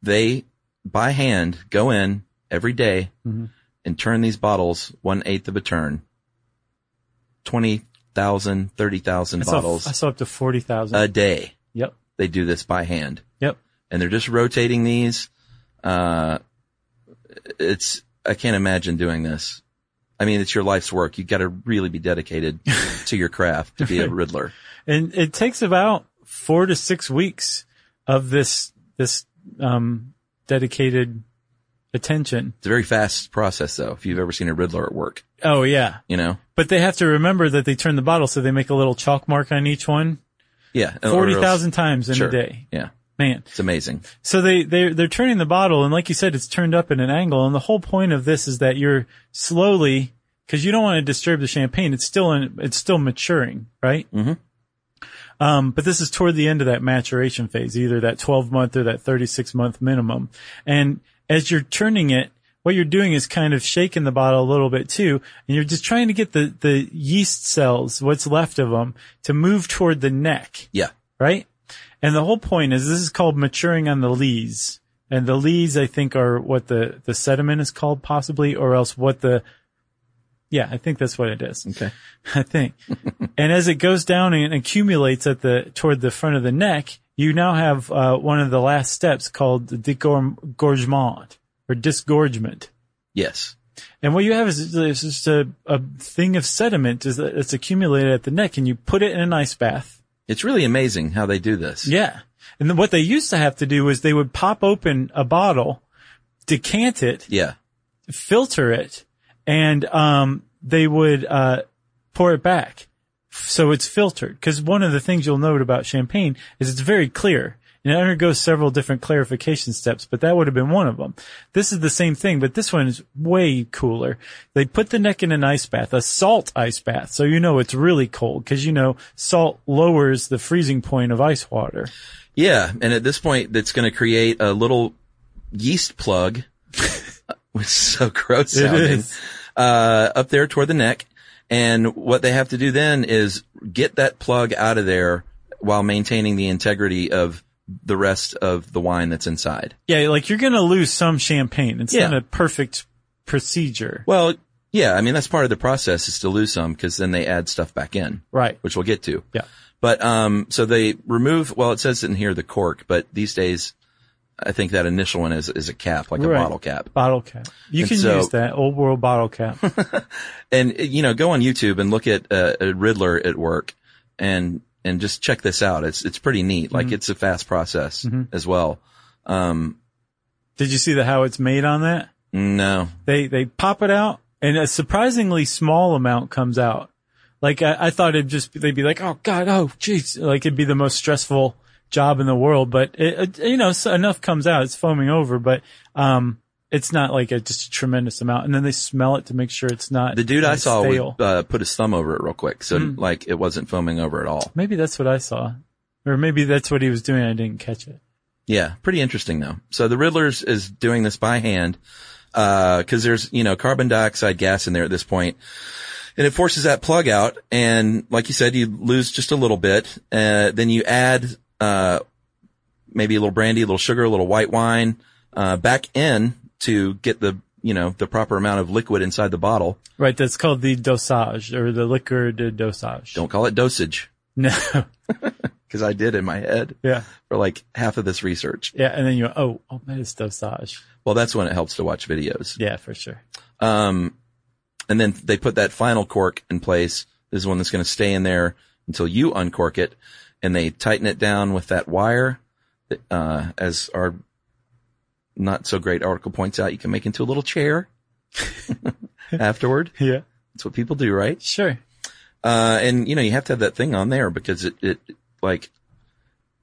Speaker 1: they by hand go in every day and turn these bottles one eighth of a turn. 20,000, 30,000
Speaker 2: I saw,
Speaker 1: bottles Uh,
Speaker 2: I saw up to forty thousand.
Speaker 1: a day.
Speaker 2: yep.
Speaker 1: They do this by hand
Speaker 2: Yep.
Speaker 1: and they're just rotating these. Uh, it's, I can't imagine doing this. I mean, it's your life's work. You got to really be dedicated to your craft to be a riddler.
Speaker 2: And it takes about four to six weeks of this this um, dedicated attention.
Speaker 1: It's a very fast process though. If you've ever seen a riddler at work,
Speaker 2: Oh yeah.
Speaker 1: you know?
Speaker 2: But they have to remember that they turn the bottle, so they make a little chalk mark on each one.
Speaker 1: Yeah. or- or
Speaker 2: Forty thousand
Speaker 1: else-
Speaker 2: times in
Speaker 1: Oh, Sure.
Speaker 2: a day.
Speaker 1: Yeah.
Speaker 2: Man.
Speaker 1: It's amazing.
Speaker 2: So they they they're turning the bottle, and like you said, it's turned up in an angle. And the whole point of this is that you're slowly, because you don't want to disturb the champagne. It's still in, it's still maturing, right? Mm-hmm. Um, but this is toward the end of that maturation phase, either that 12 month or that 36 month minimum. And as you're turning it, what you're doing is kind of shaking the bottle a little bit too, and you're just trying to get the the yeast cells, what's left of them, to move toward the neck
Speaker 1: Yeah.
Speaker 2: right? And the whole point is this is called maturing on the lees. And the lees, I think, are what the, the sediment is called possibly, or else what the, yeah, I think that's what it is.
Speaker 1: Okay.
Speaker 2: I think. and as it goes down and accumulates at the, toward the front of the neck, you now have, uh, one of the last steps called disgorgement or disgorgement.
Speaker 1: Yes.
Speaker 2: And what you have is it's just a, a thing of sediment is that it's accumulated at the neck and you put it in an ice bath.
Speaker 1: It's really amazing how they do this.
Speaker 2: Yeah. And then what they used to have to do was they would pop open a bottle, decant it,
Speaker 1: Yeah.
Speaker 2: filter it, and um, they would uh, pour it back. So it's filtered. Because one of the things you'll note about champagne is it's very clear. And it undergoes several different clarification steps, but that would have been one of them. This is the same thing, but this one is way cooler. They put the neck in an ice bath, a salt ice bath. So you know it's really cold because you know salt lowers the freezing point of ice water.
Speaker 1: Yeah, and at this point, that's going to create a little yeast plug, which is so gross
Speaker 2: It
Speaker 1: sounding,
Speaker 2: is.
Speaker 1: Uh, up there toward the neck. And what they have to do then is get that plug out of there while maintaining the integrity of the rest of the wine that's inside.
Speaker 2: Yeah, like you're gonna lose some champagne. It's
Speaker 1: Yeah.
Speaker 2: not a perfect procedure.
Speaker 1: Well, yeah, I mean that's part of the process is to lose some because then they add stuff back in,
Speaker 2: Right.
Speaker 1: which we'll get to.
Speaker 2: Yeah.
Speaker 1: But um, so they remove. Well, it says in here the cork, but these days, I think that initial one is is a cap, like
Speaker 2: Right.
Speaker 1: a bottle cap.
Speaker 2: Bottle cap. You
Speaker 1: And
Speaker 2: can
Speaker 1: so-
Speaker 2: use that old world bottle cap.
Speaker 1: And uh, you know, go on YouTube and look at uh, a Riddler at work, and and just check this out. It's it's pretty neat. Like it's a fast process as well. Um,
Speaker 2: Did you see the how it's made on that?
Speaker 1: no,
Speaker 2: They they pop it out, and a surprisingly small amount comes out. Like I, I thought it'd just they'd be like, oh god, oh jeez, like it'd be the most stressful job in the world. But it, it, you know, so enough comes out, it's foaming over, but um, it's not like a, just a tremendous amount. And then they smell it to make sure it's not
Speaker 1: the dude I
Speaker 2: it's
Speaker 1: saw
Speaker 2: stale.
Speaker 1: would, uh, put his thumb over it real quick, so like it wasn't foaming over at all.
Speaker 2: Maybe that's what I saw, or maybe that's what he was doing. I didn't catch it.
Speaker 1: Yeah, pretty interesting though. So the Riddler's is doing this by hand, uh, cause there's, you know, carbon dioxide gas in there at this point, And it forces that plug out. And like you said, you lose just a little bit. Uh, then you add, uh, maybe a little brandy, a little sugar, a little white wine, uh, back in to get the, you know, the proper amount of liquid inside the bottle.
Speaker 2: Right, that's called the dosage or the liquor de dosage.
Speaker 1: Don't call it dosage.
Speaker 2: No,
Speaker 1: Cause I did in my head
Speaker 2: yeah,
Speaker 1: for like half of this research.
Speaker 2: yeah, and then you oh oh that is dosage.
Speaker 1: Well, that's when it helps to watch videos.
Speaker 2: Yeah, for sure.
Speaker 1: Um, and then they put that final cork in place. This is one that's going to stay in there until you uncork it and they tighten it down with that wire. that, Uh, as our not so great article points out, you can make into a little chair afterward.
Speaker 2: Yeah,
Speaker 1: That's what people do, right?
Speaker 2: sure.
Speaker 1: Uh, and you know, you have to have that thing on there because it, it, like,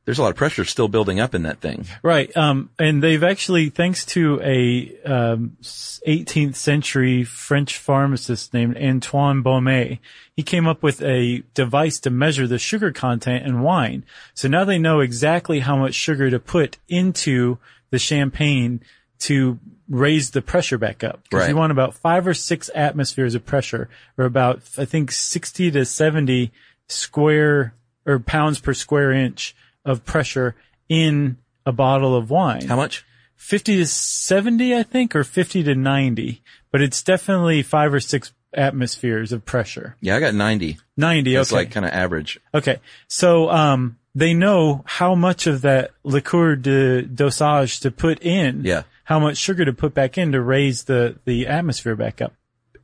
Speaker 1: there's a lot of pressure still building up in that thing.
Speaker 2: Right. Um, and they've actually, thanks to a um, 18th century French pharmacist named Antoine Baume, he came up with a device to measure the sugar content in wine. So now they know exactly how much sugar to put into the champagne to raise the pressure back up. 'Cause you
Speaker 1: Right.
Speaker 2: want about five or six atmospheres of pressure, or about I think 60 to 70 square or pounds per square inch of pressure in a bottle of wine.
Speaker 1: How much?
Speaker 2: 50 to 70, I think, or 50 to 90, but it's definitely five or six atmospheres of pressure.
Speaker 1: Yeah, I got 90.
Speaker 2: 90,
Speaker 1: It's
Speaker 2: okay.
Speaker 1: like kind of average.
Speaker 2: Okay. So, um, they know how much of that liqueur de dosage to put in.
Speaker 1: Yeah.
Speaker 2: How much sugar to put back in to raise the, the atmosphere back up.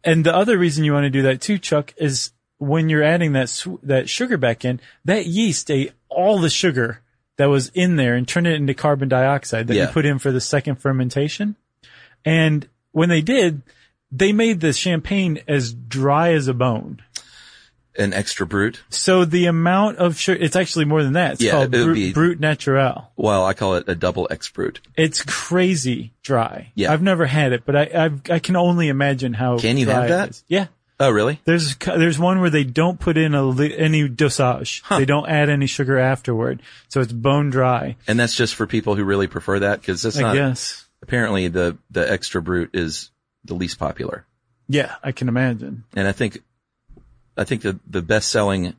Speaker 2: And the other reason you want to do that too, Chuck, is when you're adding that, su- that sugar back in, that yeast ate all the sugar that was in there and turned it into carbon dioxide that
Speaker 1: Yeah.
Speaker 2: you put in for the second fermentation. And when they did, they made the champagne as dry as a bone.
Speaker 1: An extra brute.
Speaker 2: So the amount of sugar, it's actually more than that. It's
Speaker 1: Yeah,
Speaker 2: called
Speaker 1: it would
Speaker 2: brut,
Speaker 1: be-
Speaker 2: brut naturel.
Speaker 1: Well, I call it a double X brute.
Speaker 2: It's crazy dry.
Speaker 1: Yeah.
Speaker 2: I've never had it, but I, I've, I can only imagine how
Speaker 1: Can you
Speaker 2: dry
Speaker 1: have
Speaker 2: it
Speaker 1: that?
Speaker 2: is. Yeah.
Speaker 1: Oh, really?
Speaker 2: There's, co- there's one where they don't put in a, li- any dosage. They don't add any sugar afterward. So it's bone dry,
Speaker 1: And that's just for people who really prefer that because that's
Speaker 2: I
Speaker 1: not
Speaker 2: guess.
Speaker 1: apparently the the extra brute is the least popular.
Speaker 2: Yeah, I can imagine.
Speaker 1: And I think I think the the best selling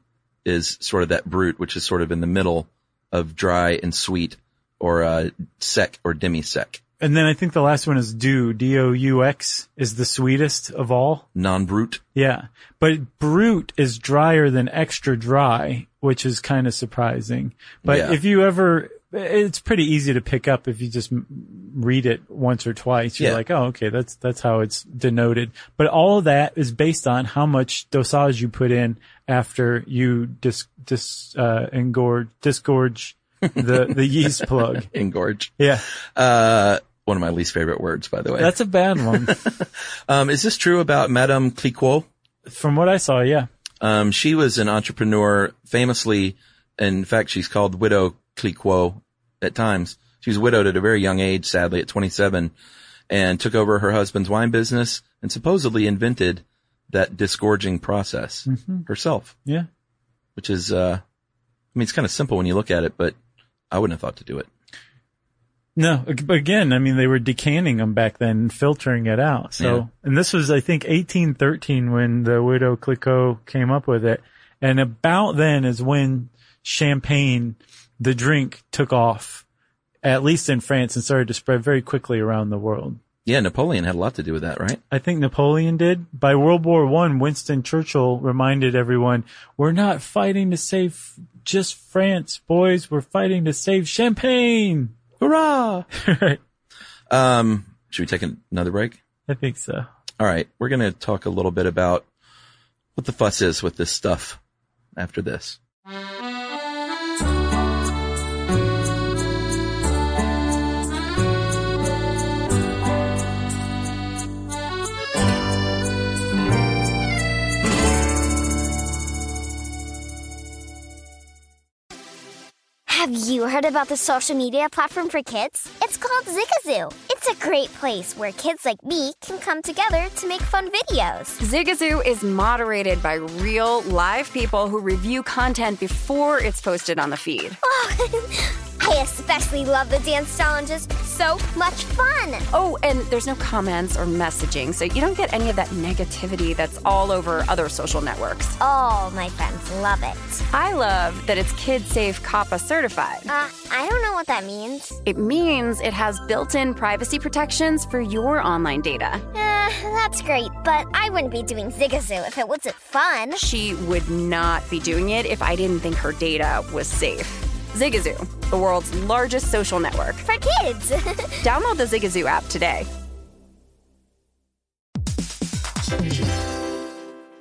Speaker 1: is sort of that brute, which is sort of in the middle of dry and sweet, or uh, sec or demi sec,
Speaker 2: And then I think the last one is dew, D-O-U-X is the sweetest of all.
Speaker 1: non brute.
Speaker 2: Yeah. But brute is drier than extra dry, which is kind of surprising. But
Speaker 1: Yeah.
Speaker 2: if you ever, it's pretty easy to pick up if you just m- read it once or twice. You're
Speaker 1: Yeah.
Speaker 2: like, oh, okay, that's, that's how it's denoted. But all of that is based on how much dosage you put in after you dis, dis, uh, engorge, disgorge the, the yeast plug.
Speaker 1: Engorge.
Speaker 2: Yeah.
Speaker 1: Uh, one of my least favorite words, by the way.
Speaker 2: That's a bad one.
Speaker 1: um, is this true about Madame Cliquot?
Speaker 2: From what I saw, yeah.
Speaker 1: Um, she was an entrepreneur famously, in fact, she's called Widow Cliquot at times. She was widowed at a very young age, sadly, at 27, and took over her husband's wine business and supposedly invented that disgorging process herself,
Speaker 2: Yeah.
Speaker 1: which is, uh, I mean, it's kind of simple when you look at it, but I wouldn't have thought to do it.
Speaker 2: No, ag- but again, I mean, they were decanning them back then and filtering it out. So,
Speaker 1: Yeah.
Speaker 2: and this was, I think, 1813 when the widow Clicquot came up with it. And about then is when champagne the drink took off, at least in France, and started to spread very quickly around the world.
Speaker 1: Yeah, Napoleon had a lot to do with that, right?
Speaker 2: I think Napoleon did. By World War One, Winston Churchill reminded everyone, "We're not fighting to save just France, boys. We're fighting to save Champagne."
Speaker 1: Hurrah!
Speaker 2: right?
Speaker 1: Um, should we take an- another break?
Speaker 2: I think so.
Speaker 1: All right. We're going to talk a little bit about what the fuss is with this stuff after this.
Speaker 6: Have you heard about the social media platform for kids? It's called Zigazoo. It's a great place where kids like me can come together to make fun videos.
Speaker 8: Zigazoo is moderated by real, live people who review content before it's posted on the feed.
Speaker 6: Oh, I especially love the dance challenges. So much fun.
Speaker 8: Oh, and there's no comments or messaging, so you don't get any of that negativity that's all over other social networks.
Speaker 6: All my friends love it.
Speaker 8: I love that it's Kid Safe COPPA certified.
Speaker 6: Uh, I don't know what that means.
Speaker 8: It means it has built in privacy protections for your online data.
Speaker 6: Uh, that's great, but I wouldn't be doing Zigazoo if it wasn't fun.
Speaker 8: She would not be doing it if I didn't think her data was safe. Zigazoo, the world's largest social network.
Speaker 6: For kids.
Speaker 8: Download the Zigazoo app today.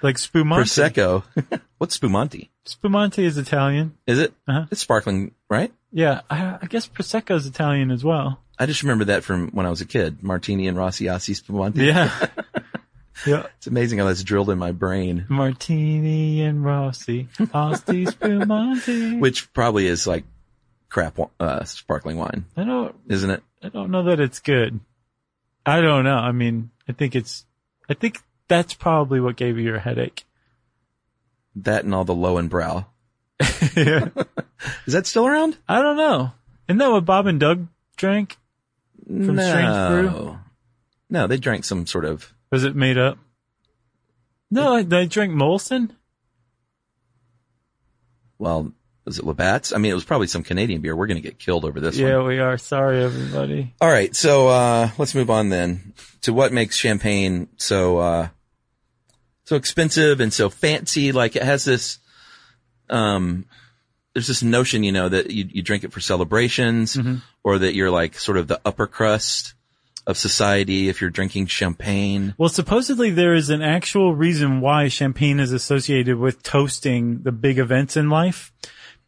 Speaker 2: like Spumante.
Speaker 1: Prosecco. What's Spumante?
Speaker 2: Spumante is Italian.
Speaker 1: Is it?
Speaker 2: Uh-huh.
Speaker 1: It's sparkling, right?
Speaker 2: Yeah, I, I guess Prosecco is Italian as well.
Speaker 1: I just remember that from when I was a kid. Martini and Rossiassi Spumante.
Speaker 2: Yeah. yeah.
Speaker 1: It's amazing how that's drilled in my brain,
Speaker 2: Martini and Rossi, Asti Spumante.
Speaker 1: which probably is like crap, wi- uh, sparkling wine,
Speaker 2: I don't,
Speaker 1: isn't it?
Speaker 2: I don't know that it's good. I don't know. I mean, I think it's, I think that's probably what gave you your headache.
Speaker 1: That and all the low and brow. Is that still around?
Speaker 2: I don't know. Isn't that what Bob and Doug drank? From
Speaker 1: no.
Speaker 2: Strange Brew?
Speaker 1: No, they drank some sort of.
Speaker 2: Was it made up? No, I- they drank Molson.
Speaker 1: Well, was it Labatt's? I mean, it was probably some Canadian beer. We're going to get killed over this
Speaker 2: Yeah,
Speaker 1: one.
Speaker 2: we are. Sorry, everybody.
Speaker 1: All right. So, uh, let's move on then to what makes champagne so, uh, so expensive and so fancy. Like it has this, um, there's this notion, you know, that you, you drink it for celebrations or that you're like sort of the upper crust of society if you're drinking champagne.
Speaker 2: Well, supposedly there is an actual reason why champagne is associated with toasting the big events in life.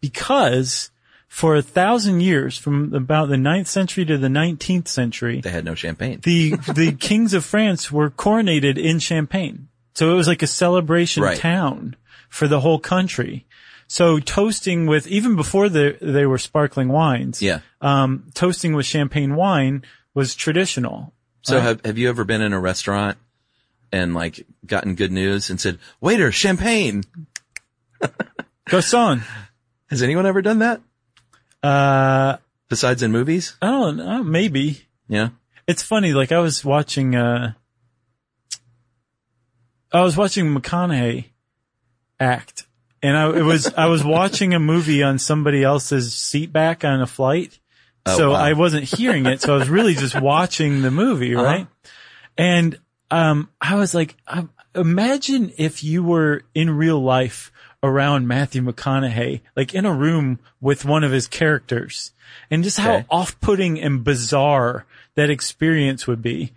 Speaker 2: Because for a thousand years, from about the ninth century to the 19th century,
Speaker 1: They had no champagne.
Speaker 2: the the kings of France were coronated in Champagne. So it was like a celebration
Speaker 1: Right.
Speaker 2: town for the whole country. So toasting with even before the, they were sparkling wines,
Speaker 1: yeah.
Speaker 2: um, toasting with champagne wine was traditional.
Speaker 1: So have, have you ever been in a restaurant and like gotten good news and said, waiter, champagne?
Speaker 2: Garcon,
Speaker 1: Has anyone ever done that
Speaker 2: uh,
Speaker 1: besides in movies?
Speaker 2: I don't know, maybe
Speaker 1: Yeah.
Speaker 2: it's funny. Like I was watching, uh, I was watching McConaughey act, and I it was I was watching a movie on somebody else's seat back on a flight,
Speaker 1: Oh,
Speaker 2: so
Speaker 1: wow.
Speaker 2: I wasn't hearing it. So I was really just watching the movie,
Speaker 1: Uh-huh.
Speaker 2: right? And um, I was like, I, imagine if you were in real life around Matthew McConaughey, like in a room with one of his characters, and just how
Speaker 1: Okay.
Speaker 2: off-putting and bizarre that experience would be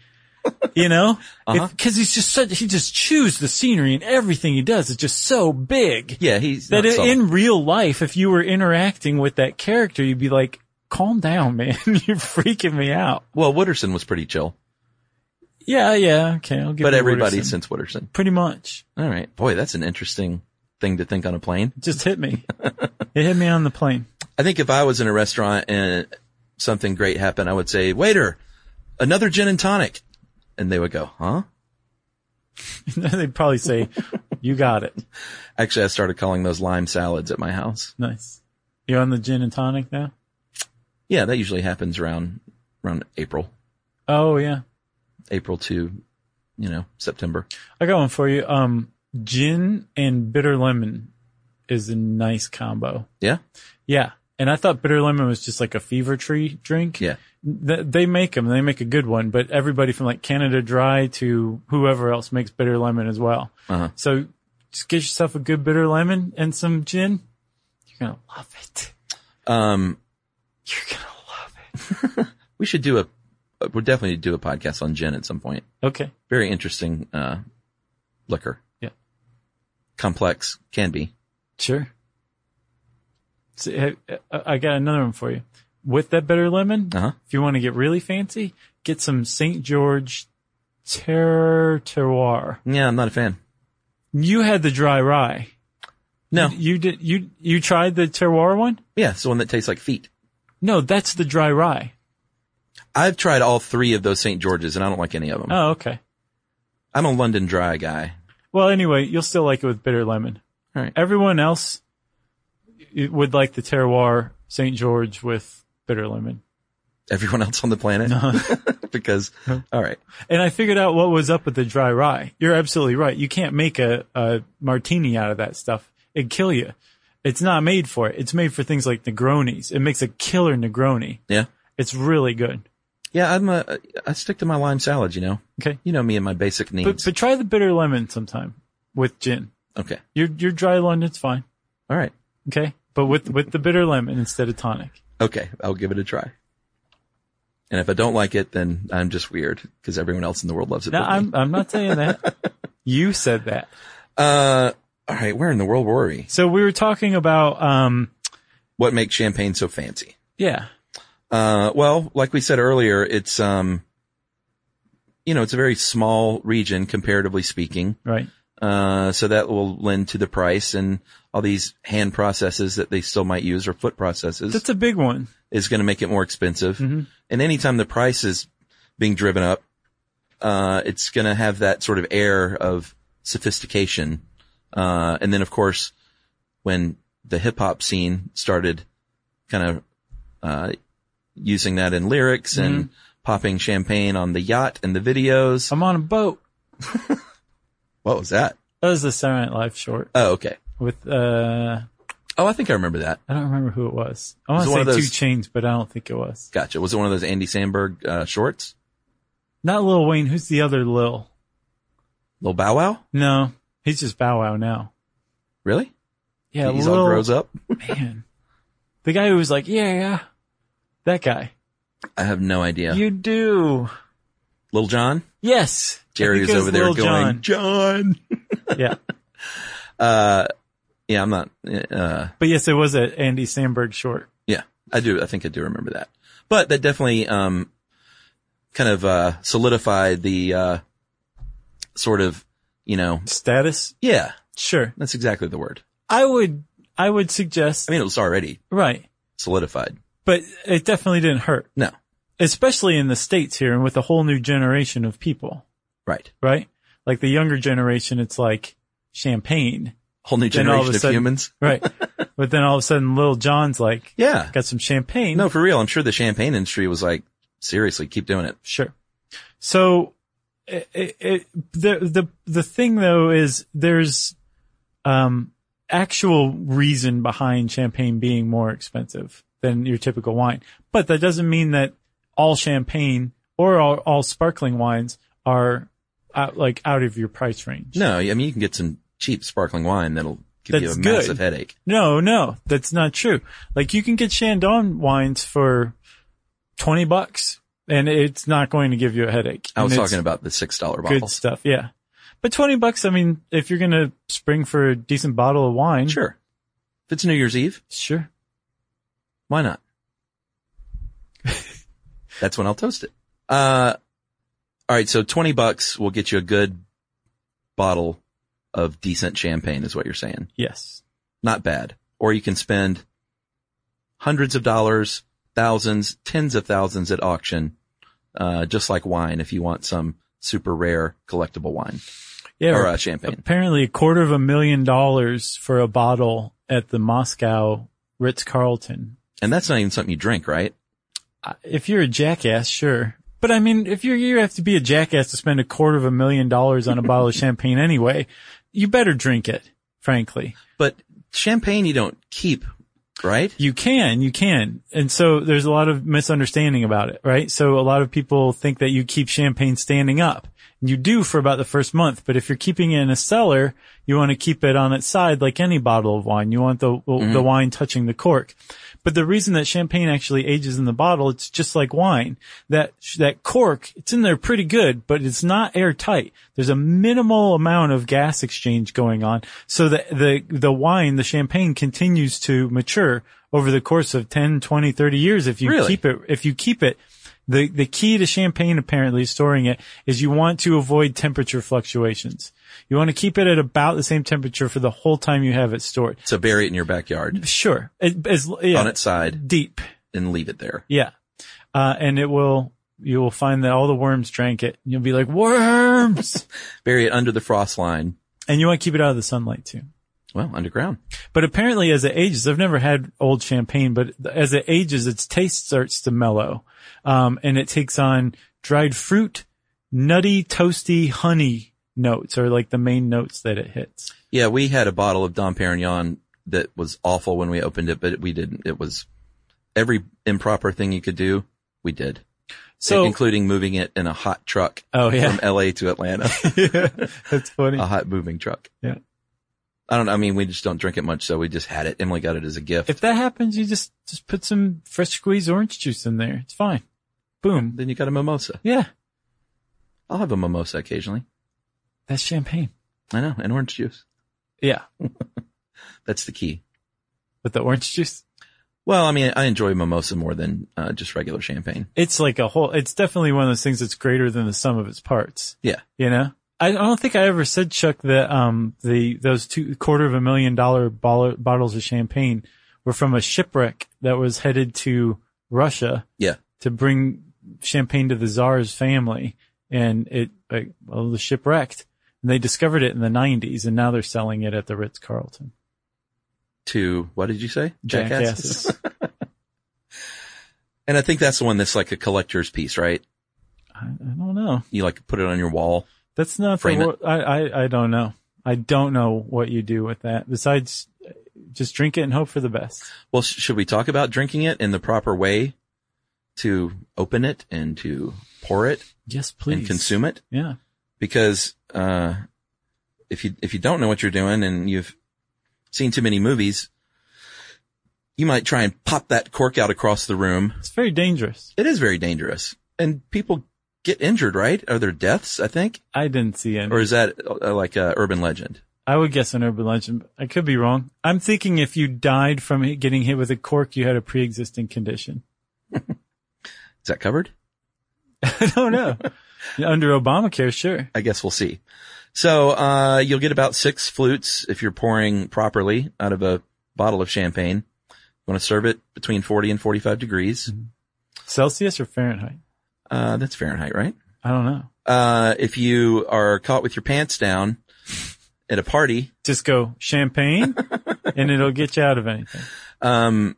Speaker 2: you know, because
Speaker 1: Uh-huh.
Speaker 2: he's just such, he just chews the scenery and everything he does is just so big
Speaker 1: Yeah. He's
Speaker 2: that
Speaker 1: not
Speaker 2: in,
Speaker 1: subtle.
Speaker 2: in real life, if you were interacting with that character, you'd be like, "Calm down, man, you're freaking me out."
Speaker 1: well, Wooderson was pretty chill,
Speaker 2: Yeah, yeah, okay, I'll give.
Speaker 1: but
Speaker 2: you
Speaker 1: everybody
Speaker 2: Wooderson.
Speaker 1: since Wooderson.
Speaker 2: pretty much
Speaker 1: All right. Boy, that's an interesting thing to think on a plane.
Speaker 2: just hit me. it hit me on the plane.
Speaker 1: I think if I was in a restaurant and something great happened, I would say, waiter, another gin and tonic. And they would go, huh?
Speaker 2: They'd probably say, "You got it."
Speaker 1: Actually, I started calling those lime salads at my house.
Speaker 2: Nice. You're on the gin and tonic now.
Speaker 1: Yeah. That usually happens around, around April.
Speaker 2: Oh yeah,
Speaker 1: April to, you know, September.
Speaker 2: I got one for you. Um, gin and bitter lemon is a nice combo.
Speaker 1: Yeah.
Speaker 2: Yeah. And I thought bitter lemon was just like a fever tree drink.
Speaker 1: Yeah.
Speaker 2: Th- they make them. They make a good one, but everybody from like Canada Dry to whoever else makes bitter lemon as well.
Speaker 1: Uh-huh.
Speaker 2: So just get yourself a good bitter lemon and some gin. You're going to love it.
Speaker 1: Um,
Speaker 2: You're going to love it.
Speaker 1: we should do a, we'll definitely do a podcast on gin at some point.
Speaker 2: Okay.
Speaker 1: Very interesting, uh, liquor.
Speaker 2: Yeah.
Speaker 1: Complex can be.
Speaker 2: Sure. So, hey, uh, I I got another one for you. With that bitter lemon,
Speaker 1: Uh huh.
Speaker 2: if you want to get really fancy, get some St. George Ter- Terroir.
Speaker 1: Yeah. I'm not a fan.
Speaker 2: You had the dry rye.
Speaker 1: No.
Speaker 2: You did you you tried the terroir one?
Speaker 1: Yeah. It's the one that tastes like feet.
Speaker 2: No, that's the dry rye.
Speaker 1: I've tried all three of those St. George's and I don't like any of them.
Speaker 2: Oh, okay.
Speaker 1: I'm a London dry guy.
Speaker 2: Well, anyway, you'll still like it with bitter lemon.
Speaker 1: All right.
Speaker 2: Everyone else would like the terroir St. George with bitter lemon.
Speaker 1: Everyone else on the planet.
Speaker 2: Uh-huh.
Speaker 1: because, all right.
Speaker 2: And I figured out what was up with the dry rye. You're absolutely right. You can't make a, a martini out of that stuff. It'd kill you. It's not made for it. It's made for things like Negronis. It makes a killer Negroni.
Speaker 1: Yeah.
Speaker 2: It's really good.
Speaker 1: Yeah. I'm a, I stick to my lime salad, you know,
Speaker 2: Okay.
Speaker 1: you know me and my basic needs.
Speaker 2: But, but try the bitter lemon sometime with gin.
Speaker 1: okay.
Speaker 2: Your your dry London's fine.
Speaker 1: All right.
Speaker 2: Okay. But with with the bitter lemon instead of tonic.
Speaker 1: Okay, I'll give it a try. And if I don't like it, then I'm just weird because everyone else in the world loves it.
Speaker 2: No,
Speaker 1: but me.
Speaker 2: I'm I'm not saying that. you said that.
Speaker 1: Uh, all right, where in the world were we?
Speaker 2: So we were talking about um
Speaker 1: What makes champagne so fancy?
Speaker 2: yeah.
Speaker 1: Uh, well, like we said earlier, it's um, you know, it's a very small region comparatively speaking.
Speaker 2: Right.
Speaker 1: Uh, so that will lend to the price and all these hand processes that they still might use or foot processes
Speaker 2: That's a big one. Mm-hmm.
Speaker 1: is going to make it more expensive. And anytime the price is being driven up, Uh, it's going to have that sort of air of sophistication. Uh, and then of course, when the hip hop scene started kind of, uh, using that in lyrics
Speaker 2: Mm-hmm.
Speaker 1: and popping champagne on the yacht and the videos.
Speaker 2: I'm on a boat.
Speaker 1: What was that?
Speaker 2: That was the Silent Life short
Speaker 1: Oh, okay.
Speaker 2: with uh
Speaker 1: Oh, I think I remember that.
Speaker 2: I don't remember who it was. I want
Speaker 1: It was
Speaker 2: to
Speaker 1: one
Speaker 2: say
Speaker 1: of those-
Speaker 2: Two Chains, but I don't think it was.
Speaker 1: Gotcha. Was it one of those Andy Sandberg, uh, shorts?
Speaker 2: Not Lil Wayne. Who's the other Lil?
Speaker 1: Lil Bow Wow?
Speaker 2: No, he's just Bow Wow now.
Speaker 1: Really?
Speaker 2: Yeah,
Speaker 1: He's
Speaker 2: Lil
Speaker 1: all grows up.
Speaker 2: man. The guy who was like, yeah, yeah, that guy.
Speaker 1: I have no idea.
Speaker 2: You do.
Speaker 1: Lil John?
Speaker 2: Yes. I
Speaker 1: Jerry
Speaker 2: think
Speaker 1: is
Speaker 2: it was
Speaker 1: over there
Speaker 2: Lil
Speaker 1: going, John.
Speaker 2: John. yeah.
Speaker 1: Uh, yeah, I'm not, uh,
Speaker 2: But yes, it was an Andy Sandberg short.
Speaker 1: yeah, I do. I think I do remember that, but that definitely, um, kind of, uh, solidified the, uh, sort of, you know,
Speaker 2: Status?
Speaker 1: yeah,
Speaker 2: Sure.
Speaker 1: that's exactly the word.
Speaker 2: I would, I would suggest,
Speaker 1: I mean, it was already
Speaker 2: right.
Speaker 1: solidified.
Speaker 2: But it definitely didn't hurt,
Speaker 1: No,
Speaker 2: especially in the States here and with a whole new generation of people,
Speaker 1: right.
Speaker 2: right? Like the younger generation, it's like champagne,
Speaker 1: Whole new
Speaker 2: Then all
Speaker 1: generation
Speaker 2: of a
Speaker 1: of,
Speaker 2: sudden-
Speaker 1: humans.
Speaker 2: right? but then all of a sudden, Lil John's like,
Speaker 1: Yeah.
Speaker 2: got some champagne.
Speaker 1: No, for real. I'm sure the champagne industry was like, seriously, keep doing it.
Speaker 2: Sure. So it, it, it, the the the thing though is there's um actual reason behind champagne being more expensive than your typical wine. But that doesn't mean that all champagne or all, all sparkling wines are out, like out of your price range.
Speaker 1: No, I mean, you can get some cheap sparkling wine that'll give you
Speaker 2: That's
Speaker 1: a
Speaker 2: good.
Speaker 1: massive headache.
Speaker 2: No, no, that's not true. Like you can get Chandon wines for 20 bucks and it's not going to give you a headache.
Speaker 1: I was
Speaker 2: And it's-
Speaker 1: talking about the $6
Speaker 2: good
Speaker 1: bottles.
Speaker 2: stuff. Yeah. But 20 bucks, I mean, if you're going to spring for a decent bottle of wine.
Speaker 1: Sure. If it's New Year's Eve,
Speaker 2: Sure.
Speaker 1: Why not? That's when I'll toast it. Uh, all right. So 20 bucks will get you a good bottle of decent champagne is what you're saying.
Speaker 2: Yes.
Speaker 1: Not bad. Or you can spend hundreds of dollars, thousands, tens of thousands at auction, uh, just like wine if you want some super rare collectible wine
Speaker 2: Yeah.
Speaker 1: or uh, champagne.
Speaker 2: apparently a quarter of a million dollars for a bottle at the Moscow Ritz Carlton.
Speaker 1: And that's not even something you drink, right?
Speaker 2: Uh, If you're a jackass, sure. But I mean, if you're, you have to be a jackass to spend a quarter of a million dollars on a bottle of champagne anyway, you better drink it, frankly.
Speaker 1: But champagne you don't keep, right?
Speaker 2: You can, you can. And so there's a lot of misunderstanding about it, right? So a lot of people think that you keep champagne standing up. You do for about the first month, but if you're keeping it in a cellar, you want to keep it on its side like any bottle of wine. You want the, the wine touching the cork. But the reason that champagne actually ages in the bottle, it's just like wine. That, that cork, it's in there pretty good, but it's not airtight. There's a minimal amount of gas exchange going on. So that the, the wine, the champagne continues to mature over the course of 10, 20, 30 years if you
Speaker 1: Really?
Speaker 2: keep it, if you keep it. The, the key to champagne apparently storing it is you want to avoid temperature fluctuations. You want to keep it at about the same temperature for the whole time you have it stored.
Speaker 1: So bury it in your backyard.
Speaker 2: Sure. It- as- yeah,
Speaker 1: on its side
Speaker 2: deep.
Speaker 1: and leave it there.
Speaker 2: Yeah. Uh, and it will, you will find that all the worms drank it. You'll be like, worms!
Speaker 1: Bury it under the frost line.
Speaker 2: and you want to keep it out of the sunlight too.
Speaker 1: Well, underground.
Speaker 2: But apparently as it ages, I've never had old champagne, but as it ages, its taste starts to mellow. Um, and it takes on dried fruit, nutty, toasty, honey notes are like the main notes that it hits.
Speaker 1: Yeah, we had a bottle of Dom Perignon that was awful when we opened it, but we didn't. It was every improper thing you could do, we did,
Speaker 2: So,
Speaker 1: including moving it in a hot truck
Speaker 2: oh
Speaker 1: from
Speaker 2: yeah.
Speaker 1: LA to Atlanta,
Speaker 2: That's funny.
Speaker 1: a hot moving truck.
Speaker 2: Yeah.
Speaker 1: I don't. I mean, we just don't drink it much, so we just had it. Emily got it as a gift.
Speaker 2: if that happens, you just, just put some fresh squeezed orange juice in there. It's fine. Boom.
Speaker 1: then you got a mimosa.
Speaker 2: Yeah.
Speaker 1: I'll have a mimosa occasionally.
Speaker 2: That's champagne.
Speaker 1: I know, and orange juice.
Speaker 2: Yeah.
Speaker 1: That's the key.
Speaker 2: With the orange juice.
Speaker 1: Well, I mean, I enjoy mimosa more than uh, just regular champagne.
Speaker 2: It's like a whole, it's definitely one of those things that's greater than the sum of its parts,
Speaker 1: Yeah.
Speaker 2: you know? I I don't think I ever said, Chuck, that, um, the, those two quarter of a million dollar bottle, bottles of champagne were from a shipwreck that was headed to Russia
Speaker 1: Yeah.
Speaker 2: to bring champagne to the czar's family. and it like, well the ship wrecked, and they discovered it in the '90s, and now they're selling it at the Ritz Carlton.
Speaker 1: to what did you say? Jackasses.
Speaker 2: Jackasses.
Speaker 1: And I think that's the one that's like a collector's piece, right?
Speaker 2: I, I don't know.
Speaker 1: You like put it on your wall.
Speaker 2: That's not
Speaker 1: Frame
Speaker 2: the
Speaker 1: it.
Speaker 2: wor- I, I I don't know. I don't know what you do with that besides uh, just drink it and hope for the best.
Speaker 1: Well, sh- should we talk about drinking it in the proper way to open it and to pour it
Speaker 2: Yes,
Speaker 1: and consume it?
Speaker 2: Yeah.
Speaker 1: Because, uh, if you, if you don't know what you're doing and you've seen too many movies, you might try and pop that cork out across the room.
Speaker 2: It's very dangerous.
Speaker 1: It is very dangerous and people get injured, right? Are there deaths? I think,
Speaker 2: I didn't see any.
Speaker 1: or is that uh, like a urban legend?
Speaker 2: I would guess an urban legend. but I could be wrong. I'm thinking if you died from it getting hit with a cork, you had a pre-existing condition.
Speaker 1: Is that covered?
Speaker 2: I don't know. Under Obamacare, sure.
Speaker 1: I guess we'll see. So, uh, you'll get about six flutes if you're pouring properly out of a bottle of champagne. You want to serve it between 40 and 45 degrees.
Speaker 2: Celsius or Fahrenheit?
Speaker 1: Uh, that's Fahrenheit, right?
Speaker 2: I don't know.
Speaker 1: Uh, if you are caught with your pants down at a party,
Speaker 2: Just go champagne and it'll get you out of anything.
Speaker 1: um,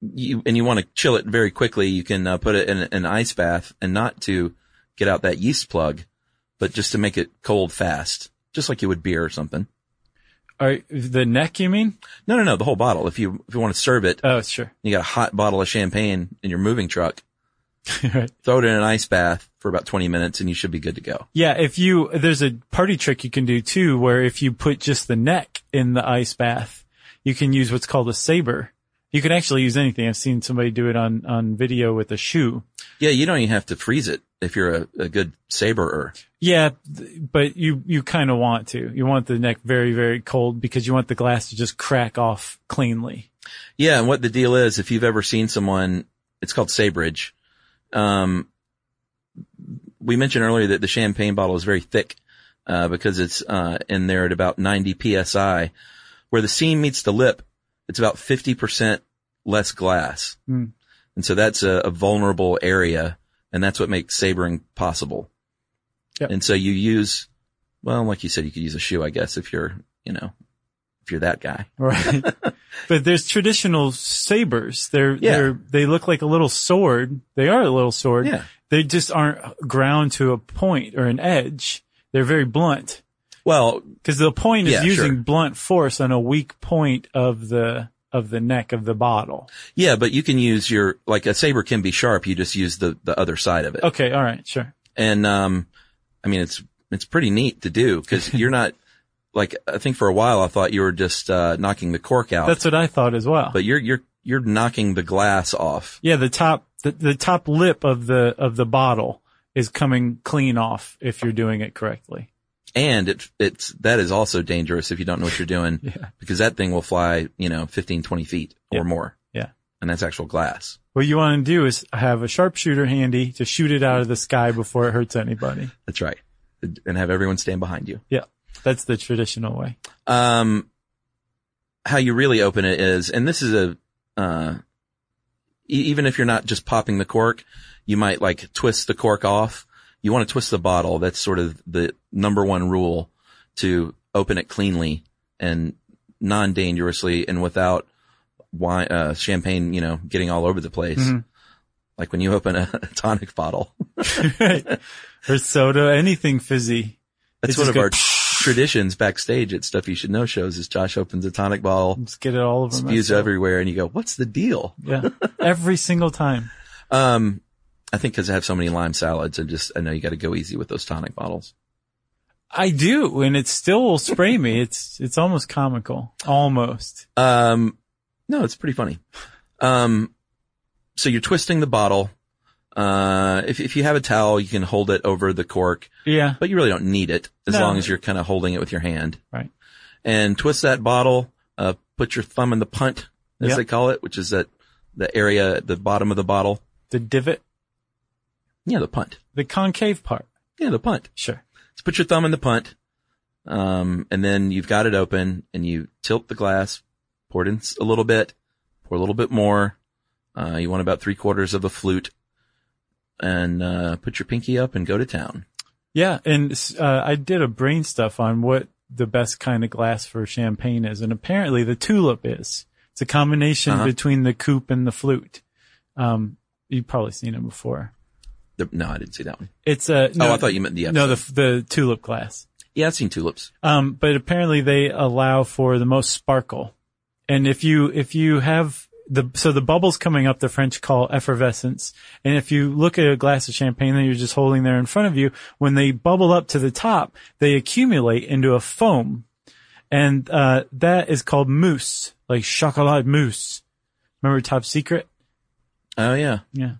Speaker 1: you, and you want to chill it very quickly, you can uh, put it in an ice bath and not to get out that yeast plug, but just to make it cold fast, just like you would beer or something.
Speaker 2: All right. The neck, you mean?
Speaker 1: No, no, no, the whole bottle. If you, if you want to serve it,
Speaker 2: Oh, sure.
Speaker 1: you got a hot bottle of champagne in your moving truck,
Speaker 2: right.
Speaker 1: throw it in an ice bath for about 20 minutes and you should be good to go.
Speaker 2: Yeah. If you, there's a party trick you can do too, where if you put just the neck in the ice bath, you can use what's called a saber. You can actually use anything. I've seen somebody do it on, on video with a shoe.
Speaker 1: Yeah, you don't even have to freeze it if you're a, a good saberer.
Speaker 2: Yeah, th- but you you kind of want to. You want the neck very very cold because you want the glass to just crack off cleanly.
Speaker 1: Yeah, and what the deal is, if you've ever seen someone, it's called saberage. Um, we mentioned earlier that the champagne bottle is very thick, uh, because it's, uh, in there at about 90 PSI. Where the seam meets the lip, it's about 50% less glass.
Speaker 2: Hmm.
Speaker 1: And so that's a, a vulnerable area, and that's what makes sabering possible.
Speaker 2: Yep.
Speaker 1: And so you use, well, like you said, you could use a shoe, I guess, if you're, you know, if you're that guy.
Speaker 2: Right. but there's traditional sabers. They're
Speaker 1: Yeah.
Speaker 2: they're they look like a little sword. They are a little sword.
Speaker 1: Yeah.
Speaker 2: They just aren't ground to a point or an edge. They're very blunt
Speaker 1: Well,
Speaker 2: because the point is
Speaker 1: Yeah,
Speaker 2: using
Speaker 1: sure.
Speaker 2: blunt force on a weak point of the of the neck of the bottle.
Speaker 1: Yeah, but you can use your like a saber can be sharp. You just use the the other side of it,
Speaker 2: Okay. All right. Sure.
Speaker 1: and um, I mean it's it's pretty neat to do because you're not like I think for a while I thought you were just uh, knocking the cork out,
Speaker 2: That's what I thought as well.
Speaker 1: but you're you're you're knocking the glass off.
Speaker 2: Yeah, the top the, the top lip of the of the bottle is coming clean off if you're doing it correctly.
Speaker 1: And it, it's, that is also dangerous if you don't know what you're doing because that thing will fly, you know, 15, 20 feet or
Speaker 2: Yeah.
Speaker 1: more.
Speaker 2: Yeah.
Speaker 1: And that's actual glass.
Speaker 2: What you want to do is have a sharpshooter handy to shoot it out of the sky before it hurts anybody.
Speaker 1: That's right. And have everyone stand behind you.
Speaker 2: Yeah, that's the traditional way.
Speaker 1: um, how you really open it is, and this is a, uh, e- even if you're not just popping the cork, you might like twist the cork off. You want to twist the bottle. That's sort of the number one rule to open it cleanly and non-dangerously and without wine, uh, champagne, you know, getting all over the place.
Speaker 2: Mhm.
Speaker 1: Like when you open a, tonic bottle.
Speaker 2: or soda, anything fizzy.
Speaker 1: That's
Speaker 2: It's
Speaker 1: one
Speaker 2: just
Speaker 1: of
Speaker 2: go-
Speaker 1: our traditions backstage at Stuff You Should Know shows is Josh opens a tonic bottle.
Speaker 2: Just get it all over
Speaker 1: spews
Speaker 2: myself.
Speaker 1: everywhere and you go, what's the deal?
Speaker 2: Yeah, every single time.
Speaker 1: Um, I think cause I have so many lime salads, I just, I know you got to go easy with those tonic bottles.
Speaker 2: I do, and it still will spray me. It's it's almost comical, almost.
Speaker 1: Um, no, it's pretty funny. Um, so you're twisting the bottle. Uh, if, if you have a towel, you can hold it over the cork,
Speaker 2: Yeah,
Speaker 1: but you really don't need it as
Speaker 2: No.
Speaker 1: long as you're kind of holding it with your hand
Speaker 2: right.
Speaker 1: and twist that bottle. Uh, put your thumb in the punt, as
Speaker 2: Yeah.
Speaker 1: they call it, which is that the area at the bottom of the bottle.
Speaker 2: The divot,
Speaker 1: Yeah, the punt.
Speaker 2: the concave part.
Speaker 1: Yeah, the punt.
Speaker 2: Sure.
Speaker 1: So put your thumb in the punt. Um, and then you've got it open and you tilt the glass, pour it in s- a little bit, pour a little bit more. Uh, you want about three quarters of a flute. and uh, put your pinky up and go to town.
Speaker 2: Yeah, and uh, I did a brain stuff on what the best kind of glass for champagne is, and apparently the tulip is. It's a combination
Speaker 1: Uh-huh.
Speaker 2: between the coupe and the flute. Um, you've probably seen it before.
Speaker 1: The- no, I didn't see that one.
Speaker 2: It's a no,
Speaker 1: oh, I thought you meant the episode.
Speaker 2: no the the tulip glass.
Speaker 1: yeah, I've seen tulips.
Speaker 2: Um, but apparently they allow for the most sparkle. And if you, if you have the, so the bubbles coming up, the French call effervescence. And if you look at a glass of champagne that you're just holding there in front of you, when they bubble up to the top, they accumulate into a foam. And, uh, that is called mousse, like chocolat mousse. Remember Top Secret?
Speaker 1: Oh yeah,
Speaker 2: Yeah.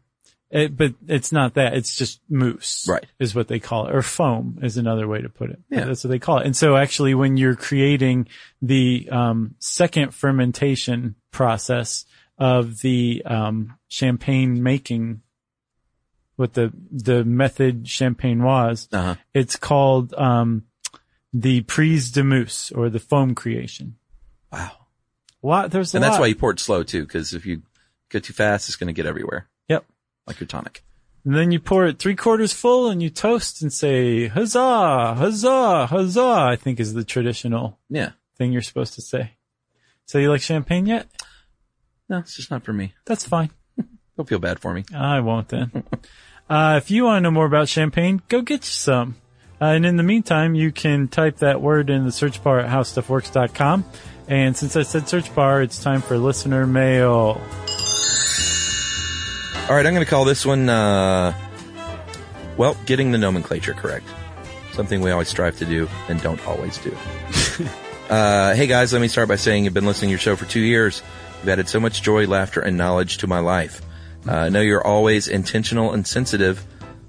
Speaker 2: It, but it's not that. It's just mousse.
Speaker 1: Right.
Speaker 2: Is what they call it. Or foam is another way to put it.
Speaker 1: Yeah.
Speaker 2: That's what they call it. And so actually when you're creating the, um, second fermentation process of the, um, champagne making with the, the method champagne was,
Speaker 1: uh huh.
Speaker 2: it's called, um, the prise de mousse or the foam creation.
Speaker 1: Wow.
Speaker 2: Lot, there's a
Speaker 1: And that's
Speaker 2: lot.
Speaker 1: why you pour it slow too, because if you go too fast, it's going to get everywhere,
Speaker 2: Yep.
Speaker 1: like your tonic.
Speaker 2: And then you pour it three quarters full and you toast and say, huzzah, huzzah, huzzah, I think is the traditional
Speaker 1: Yeah.
Speaker 2: thing you're supposed to say. So you like champagne yet?
Speaker 1: No, it's just not for me.
Speaker 2: That's fine.
Speaker 1: Don't feel bad for me.
Speaker 2: I won't then. uh, if you want to know more about champagne, go get you some. Uh, and in the meantime, you can type that word in the search bar at howstuffworks.com. And since I said search bar, it's time for listener mail.
Speaker 1: All right, I'm going to call this one, uh, well, getting the nomenclature correct. Something we always strive to do and don't always do. uh, hey guys, let me start by saying you've been listening to your show for two years. You've added so much joy, laughter, and knowledge to my life. Uh, I know you're always intentional and sensitive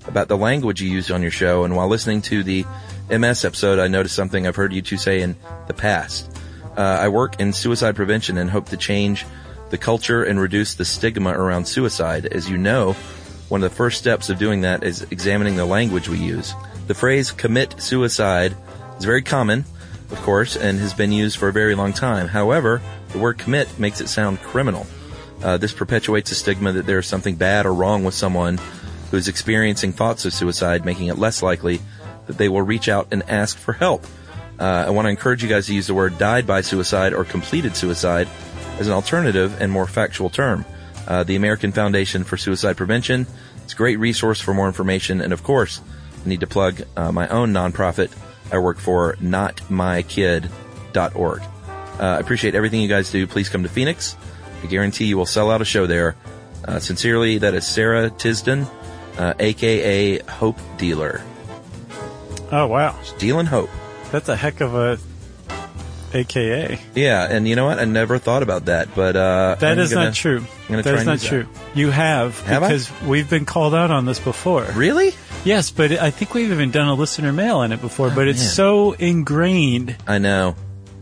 Speaker 1: about the language you used on your show. And while listening to the MS episode, I noticed something I've heard you two say in the past. Uh, I work in suicide prevention and hope to change the culture and reduce the stigma around suicide. As you know, one of the first steps of doing that is examining the language we use. The phrase commit suicide is very common, of course, and has been used for a very long time. However, the word commit makes it sound criminal. Uh, this perpetuates a stigma that there is something bad or wrong with someone who is experiencing thoughts of suicide, making it less likely that they will reach out and ask for help. Uh, I want to encourage you guys to use the word died by suicide or completed suicide as an alternative and more factual term. Uh, the American Foundation for Suicide Prevention is a great resource for more information. And of course, I need to plug uh, my own nonprofit I work for, notmykid.org. Uh, I appreciate everything you guys do. Please come to Phoenix. I guarantee you will sell out a show there. Uh, sincerely, that is Sarah Tisden, uh, aka Hope Dealer.
Speaker 2: Oh, wow.
Speaker 1: Dealing hope.
Speaker 2: That's a heck of a AKA.
Speaker 1: Yeah, and you know what? I never thought about that, but uh,
Speaker 2: That
Speaker 1: I'm
Speaker 2: is
Speaker 1: gonna-
Speaker 2: not true.
Speaker 1: I'm gonna
Speaker 2: That
Speaker 1: try
Speaker 2: is
Speaker 1: and
Speaker 2: not
Speaker 1: use
Speaker 2: true. You have,
Speaker 1: Have I?
Speaker 2: because we've been called out on this before.
Speaker 1: Really?
Speaker 2: Yes, but I think we've even done a listener mail on it before. but it's
Speaker 1: Oh, man.
Speaker 2: so ingrained
Speaker 1: I know.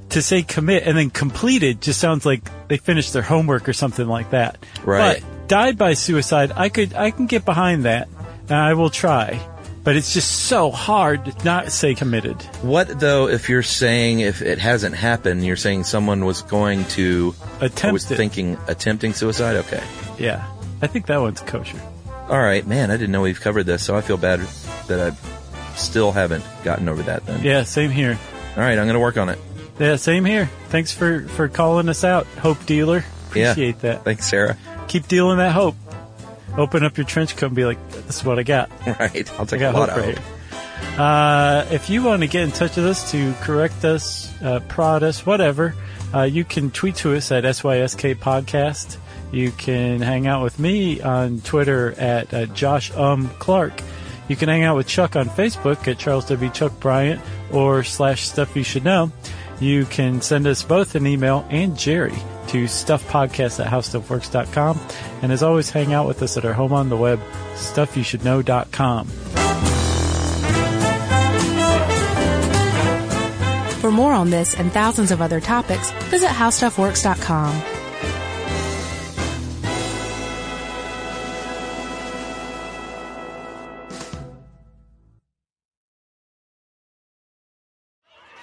Speaker 2: to say commit and then completed just sounds like they finished their homework or something like that.
Speaker 1: Right.
Speaker 2: But died by suicide, I could I can get behind that, and I will try. But it's just so hard to not say committed.
Speaker 1: What though? If you're saying if it hasn't happened, you're saying someone was going to. I was
Speaker 2: Attempted.
Speaker 1: thinking attempting suicide. Okay.
Speaker 2: yeah, I think that one's kosher.
Speaker 1: All right, man. I didn't know we've covered this, so I feel bad that I still haven't gotten over that. Then.
Speaker 2: Yeah, same here.
Speaker 1: All right, I'm gonna work on it.
Speaker 2: Yeah, same here. Thanks for for calling us out, Hope Dealer.
Speaker 1: Yeah.
Speaker 2: Appreciate that.
Speaker 1: Thanks, Sarah.
Speaker 2: Keep dealing that hope. Open up your trench coat and be like, "This is what I got.
Speaker 1: Right. I'll
Speaker 2: I
Speaker 1: take a
Speaker 2: got hope
Speaker 1: lot out.
Speaker 2: right here." Uh, if you want to get in touch with us to correct us, uh, prod us, whatever, uh, you can tweet to us at SYSK Podcast. You can hang out with me on Twitter at uh, Josh Um Clark. You can hang out with Chuck on Facebook at Charles W. Chuck Bryant or slash Stuff You Should Know. You can send us both an email and Jerry to stuffpodcast at howstuffworks.com. And as always, hang out with us at our home on the web, stuffyoushouldknow.com.
Speaker 3: For more on this and thousands of other topics, visit howstuffworks.com.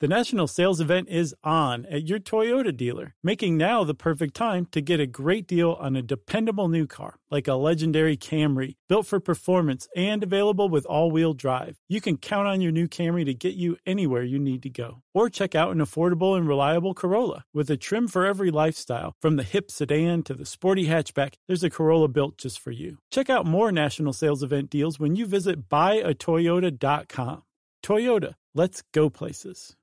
Speaker 2: The national sales event is on at your Toyota dealer, making now the perfect time to get a great deal on a dependable new car like a legendary Camry, built for performance and available with all wheel drive. You can count on your new Camry to get you anywhere you need to go. Or check out an affordable and reliable Corolla with a trim for every lifestyle. From the hip sedan to the sporty hatchback, there's a Corolla built just for you. Check out more national sales event deals when you visit buyatoyota.com. Toyota, let's go places.